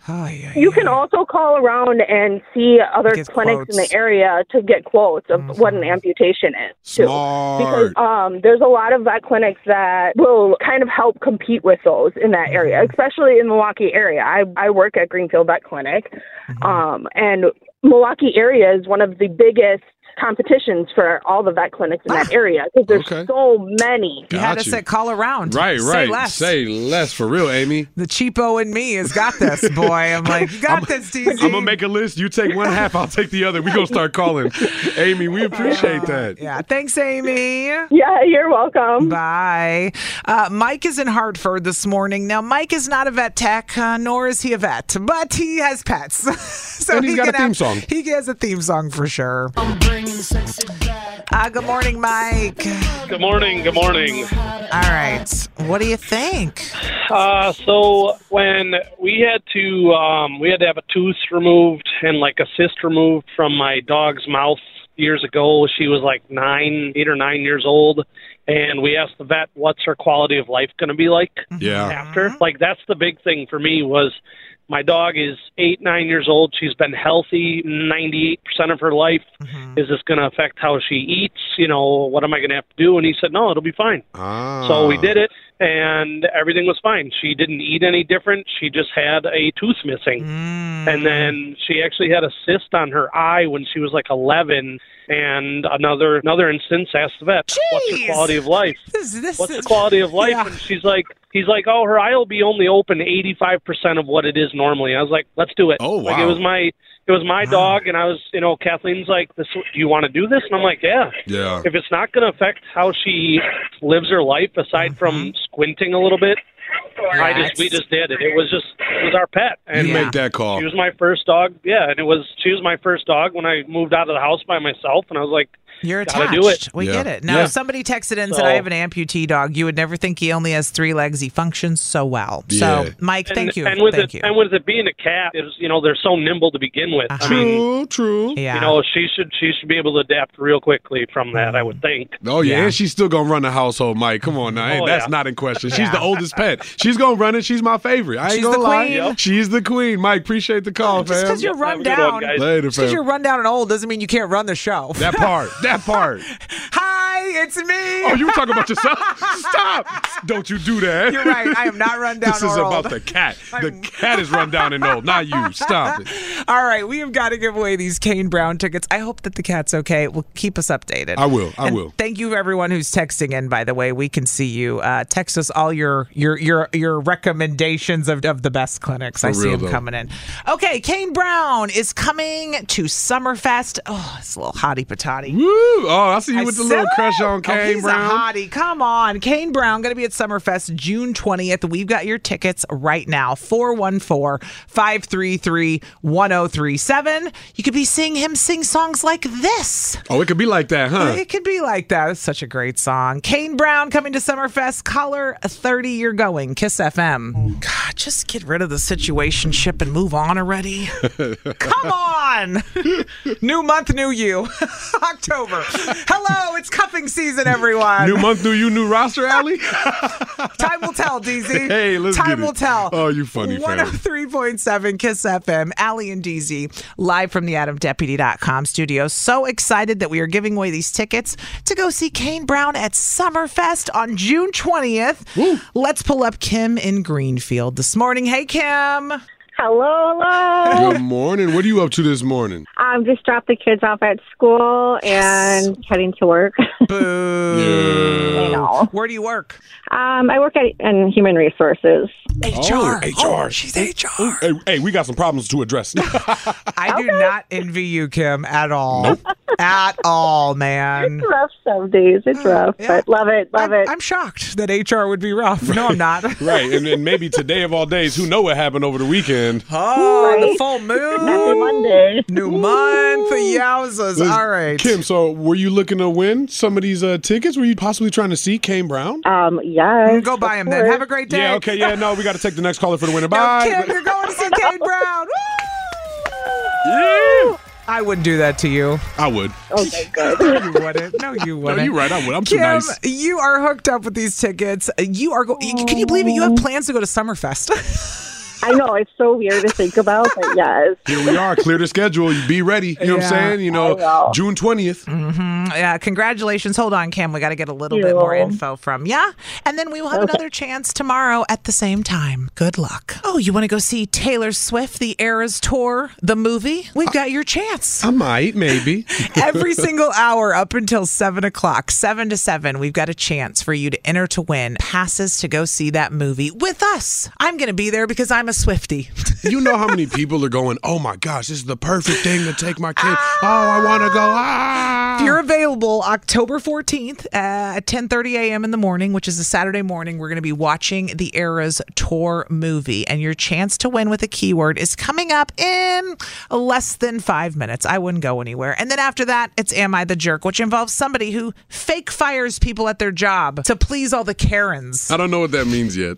Speaker 18: You can also call around and see other
Speaker 3: Get
Speaker 18: clinics in
Speaker 3: quotes. Mm-hmm.
Speaker 18: the area to get quotes of what an amputation is. Too.
Speaker 3: Smart.
Speaker 18: Because um, there's a lot of vet clinics that will kind of help compete with those in that area,
Speaker 3: Mm-hmm.
Speaker 18: especially in Milwaukee area. I, I work
Speaker 3: Mm-hmm.
Speaker 18: at Greenfield Vet Clinic, um, and Milwaukee area is one of the biggest competitions for all the vet clinics in that area because there's so many.
Speaker 3: You had Ah! Got us you. at
Speaker 2: Call around.
Speaker 3: Right,
Speaker 2: Say
Speaker 3: right.
Speaker 2: less.
Speaker 3: Say less for real, Amy.
Speaker 2: The cheapo in me has got this, boy. I'm like, you got this, DZ.
Speaker 3: I'm gonna make a list. You take one half, I'll take the other. We gonna start calling. Amy, we appreciate that.
Speaker 2: Yeah, thanks,
Speaker 18: *laughs*
Speaker 2: Amy.
Speaker 18: Yeah, you're welcome.
Speaker 2: Bye. Uh, Mike is in Hartford this morning. Now, Mike is not a vet tech, uh, nor is he a vet, but he has pets. *laughs* so
Speaker 3: And he's got
Speaker 2: can
Speaker 3: a theme
Speaker 2: have-
Speaker 3: song.
Speaker 2: He has a theme song for sure. Uh, good morning, Mike.
Speaker 19: Good morning. Good morning.
Speaker 2: All right. What do you think?
Speaker 19: Uh, so when we had to, um, we had to have a tooth removed and like a cyst removed from my dog's mouth years ago. She was like nine, eight or nine years old, and we asked the vet, "What's her quality of life going to be like?"
Speaker 3: Yeah.
Speaker 19: After, like, that's the big thing for me was my dog is eight, nine years old. She's been healthy 98% of her life. Is this going to affect how she eats? You know, what am I going to have to do? And he said, no, it'll be fine. So
Speaker 1: Oh.
Speaker 19: we did it, and everything was fine. She didn't eat any different. She just had a tooth missing. And then she actually had a cyst on her eye when she was like 11. And another another instance asked the vet, what's
Speaker 2: Jeez.
Speaker 19: her quality of life?
Speaker 2: This, this
Speaker 19: What's the quality of life? And she's like, he's like, oh, her eye will be only open eighty five percent of what it is normally. I was like, let's do it. Oh Like it
Speaker 3: wow.
Speaker 19: was my it was my dog, and I was, you know, Kathleen's like, this. Do you want to do this? And I'm like, yeah.
Speaker 3: Yeah.
Speaker 19: If it's not going to affect how she lives her life, aside from
Speaker 2: Mm-hmm.
Speaker 19: squinting a little bit, I just we just did it. It was just it was our pet. And
Speaker 3: You make that call.
Speaker 19: She was my first dog. Yeah, and it was she was my first dog when I moved out of the house by myself, and I was like,
Speaker 2: You're
Speaker 19: gotta
Speaker 2: attached.
Speaker 19: do it.
Speaker 2: We get it. Now, if somebody texted in and said,
Speaker 19: So-
Speaker 2: I have an amputee dog, you would never think he only has three legs. He functions so well.
Speaker 19: Yeah.
Speaker 2: So, Mike,
Speaker 19: and,
Speaker 2: thank you.
Speaker 19: And with
Speaker 2: thank
Speaker 19: it, and with it being a cat, is you know they're so nimble to begin with. I mean,
Speaker 3: true.
Speaker 2: Uh-huh. Yeah.
Speaker 19: you know she should she should be able to adapt real quickly from that. I would think.
Speaker 3: Oh yeah, and she's still gonna run the household, Mike. Come on now, Hey,
Speaker 19: Oh,
Speaker 3: that's
Speaker 19: yeah.
Speaker 3: not in question. She's
Speaker 19: Yeah.
Speaker 3: the oldest pet. She's gonna run it. She's my favorite. I ain't
Speaker 2: She's
Speaker 3: gonna
Speaker 2: the
Speaker 3: lie.
Speaker 2: queen. Yep.
Speaker 3: She's the queen. Mike, appreciate the call,
Speaker 2: Just
Speaker 3: fam.
Speaker 2: because you're run down,
Speaker 3: Later,
Speaker 2: just because
Speaker 3: fam.
Speaker 2: you're run down and old doesn't mean you can't run the show.
Speaker 3: That part.
Speaker 2: *laughs*
Speaker 3: That part.
Speaker 2: Hi, it's me.
Speaker 3: Oh, you were talking
Speaker 2: *laughs*
Speaker 3: about yourself? Stop! *laughs* Don't you do that.
Speaker 2: You're right. I am not
Speaker 3: *laughs*
Speaker 2: run down
Speaker 3: This is
Speaker 2: or old.
Speaker 3: about
Speaker 2: *laughs*
Speaker 3: the cat. The cat is run down and old, not you. Stop it.
Speaker 2: All right, we have got to give away these Kane Brown tickets. I hope that the cat's okay. Well, keep us updated.
Speaker 3: I will. I
Speaker 2: And
Speaker 3: will.
Speaker 2: Thank you, everyone who's texting in. By the way, we can see you. Uh, text us all your your your your recommendations of, of the best clinics.
Speaker 3: For
Speaker 2: I see
Speaker 3: real,
Speaker 2: them
Speaker 3: though.
Speaker 2: coming in. Okay, Kane Brown is coming to Summerfest. Oh, it's a little hottie patati. Woo!
Speaker 3: Oh, I see you with the little crush on Kane
Speaker 2: Oh, he's
Speaker 3: Brown.
Speaker 2: A hottie. Come on, Kane Brown going to be at Summerfest June 20th. We've got your tickets right now. 414-533-1037. You could be seeing him sing songs like this.
Speaker 3: Oh, it could be like that, huh?
Speaker 2: It could be like that. It's such a great song. Kane Brown coming to Summerfest. Caller 30, you're going. Kiss FM. God, just get rid of the situation ship and move on
Speaker 3: *laughs*
Speaker 2: already. Come on. new month, new you. *laughs* October. Hello, it's cuffing season, everyone.
Speaker 3: New month, new you,
Speaker 2: *laughs*
Speaker 3: new roster, Allie?
Speaker 2: Time will tell, DZ.
Speaker 3: *laughs* Hey, let's
Speaker 2: Time
Speaker 3: get it.
Speaker 2: will tell.
Speaker 3: Oh, you funny fam.
Speaker 2: 103.7 Kiss FM, Allie and DZ, live from the AdamDeputy.com studio. So excited that we are giving away these tickets to go see Kane Brown at Summerfest on June 20th. Let's pull up Kim in Greenfield this morning. Hey, Kim.
Speaker 20: Hello, hello.
Speaker 3: Good morning. What are you up to this morning?
Speaker 20: Um, just dropped the kids off at school and heading to work. *laughs*
Speaker 3: Yeah.
Speaker 2: Where do you work?
Speaker 20: Um, I work at in human resources.
Speaker 3: Oh, HR. she's HR. Hey, hey, we got some problems to address.
Speaker 2: *laughs* I do not envy you, Kim, at all. Oh. At all, man. Mm.
Speaker 20: It's rough some days. It's rough, but love it, love it.
Speaker 2: I'm shocked that HR would be rough. No, I'm not.
Speaker 3: *laughs* right, and then maybe today of all days, who know what happened over the weekend?
Speaker 2: Oh, the full moon. Monday. New month. Yowzas.
Speaker 3: Listen,
Speaker 2: All right.
Speaker 3: Kim, so were you looking to win some of these uh, tickets? Were you possibly trying to see Kane Brown?
Speaker 20: Um, yes.
Speaker 2: Mm, Go buy him then. Have a great day.
Speaker 3: Yeah, okay, yeah, no, we got to take the next caller for the winner. Bye.
Speaker 2: Kim, you're going to see Kane Brown. I wouldn't do that to you.
Speaker 3: I would.
Speaker 20: Okay,
Speaker 2: good. *laughs* you wouldn't. No, you
Speaker 3: No,
Speaker 2: wouldn't.
Speaker 3: you're right. I would. I'm too
Speaker 2: Kim,
Speaker 3: nice.
Speaker 2: you are hooked up with these tickets. You are. Go- Can you believe it? You have plans to go to Summerfest. *laughs*
Speaker 20: I know it's so weird to think about, but yes.
Speaker 3: Here we are, clear the schedule. You be ready. You know what I'm
Speaker 2: Yeah.
Speaker 3: saying? You know, June 20th.
Speaker 2: Mm, yeah, congratulations. Hold on, Cam. We got to get a little bit more info from ya. And then we will have another chance tomorrow at the same time. Good luck. Oh, you want to go see Taylor Swift, the Eras Tour, the movie?
Speaker 3: Uh,
Speaker 2: We've got your chance.
Speaker 3: I might, maybe.
Speaker 2: *laughs* Every single hour up until seven o'clock, seven to seven, we've got a chance for you to enter to win passes to go see that movie with us. I'm going to be there because I'm a Swifty.
Speaker 3: *laughs* you know how many people are going, oh my gosh, this is the perfect thing to take my kid. Oh, I want to go. Ah.
Speaker 2: If you're available October 14th uh, at 10:30 a.m. in the morning, which is a Saturday morning, we're going to be watching the Eras Tour movie, and your chance to win with a keyword is coming up in less than five minutes. I wouldn't go anywhere. And then after that, it's Am I the Jerk, which involves somebody who fake fires people at their job to please all the Karens.
Speaker 3: *laughs* I don't know what that means yet.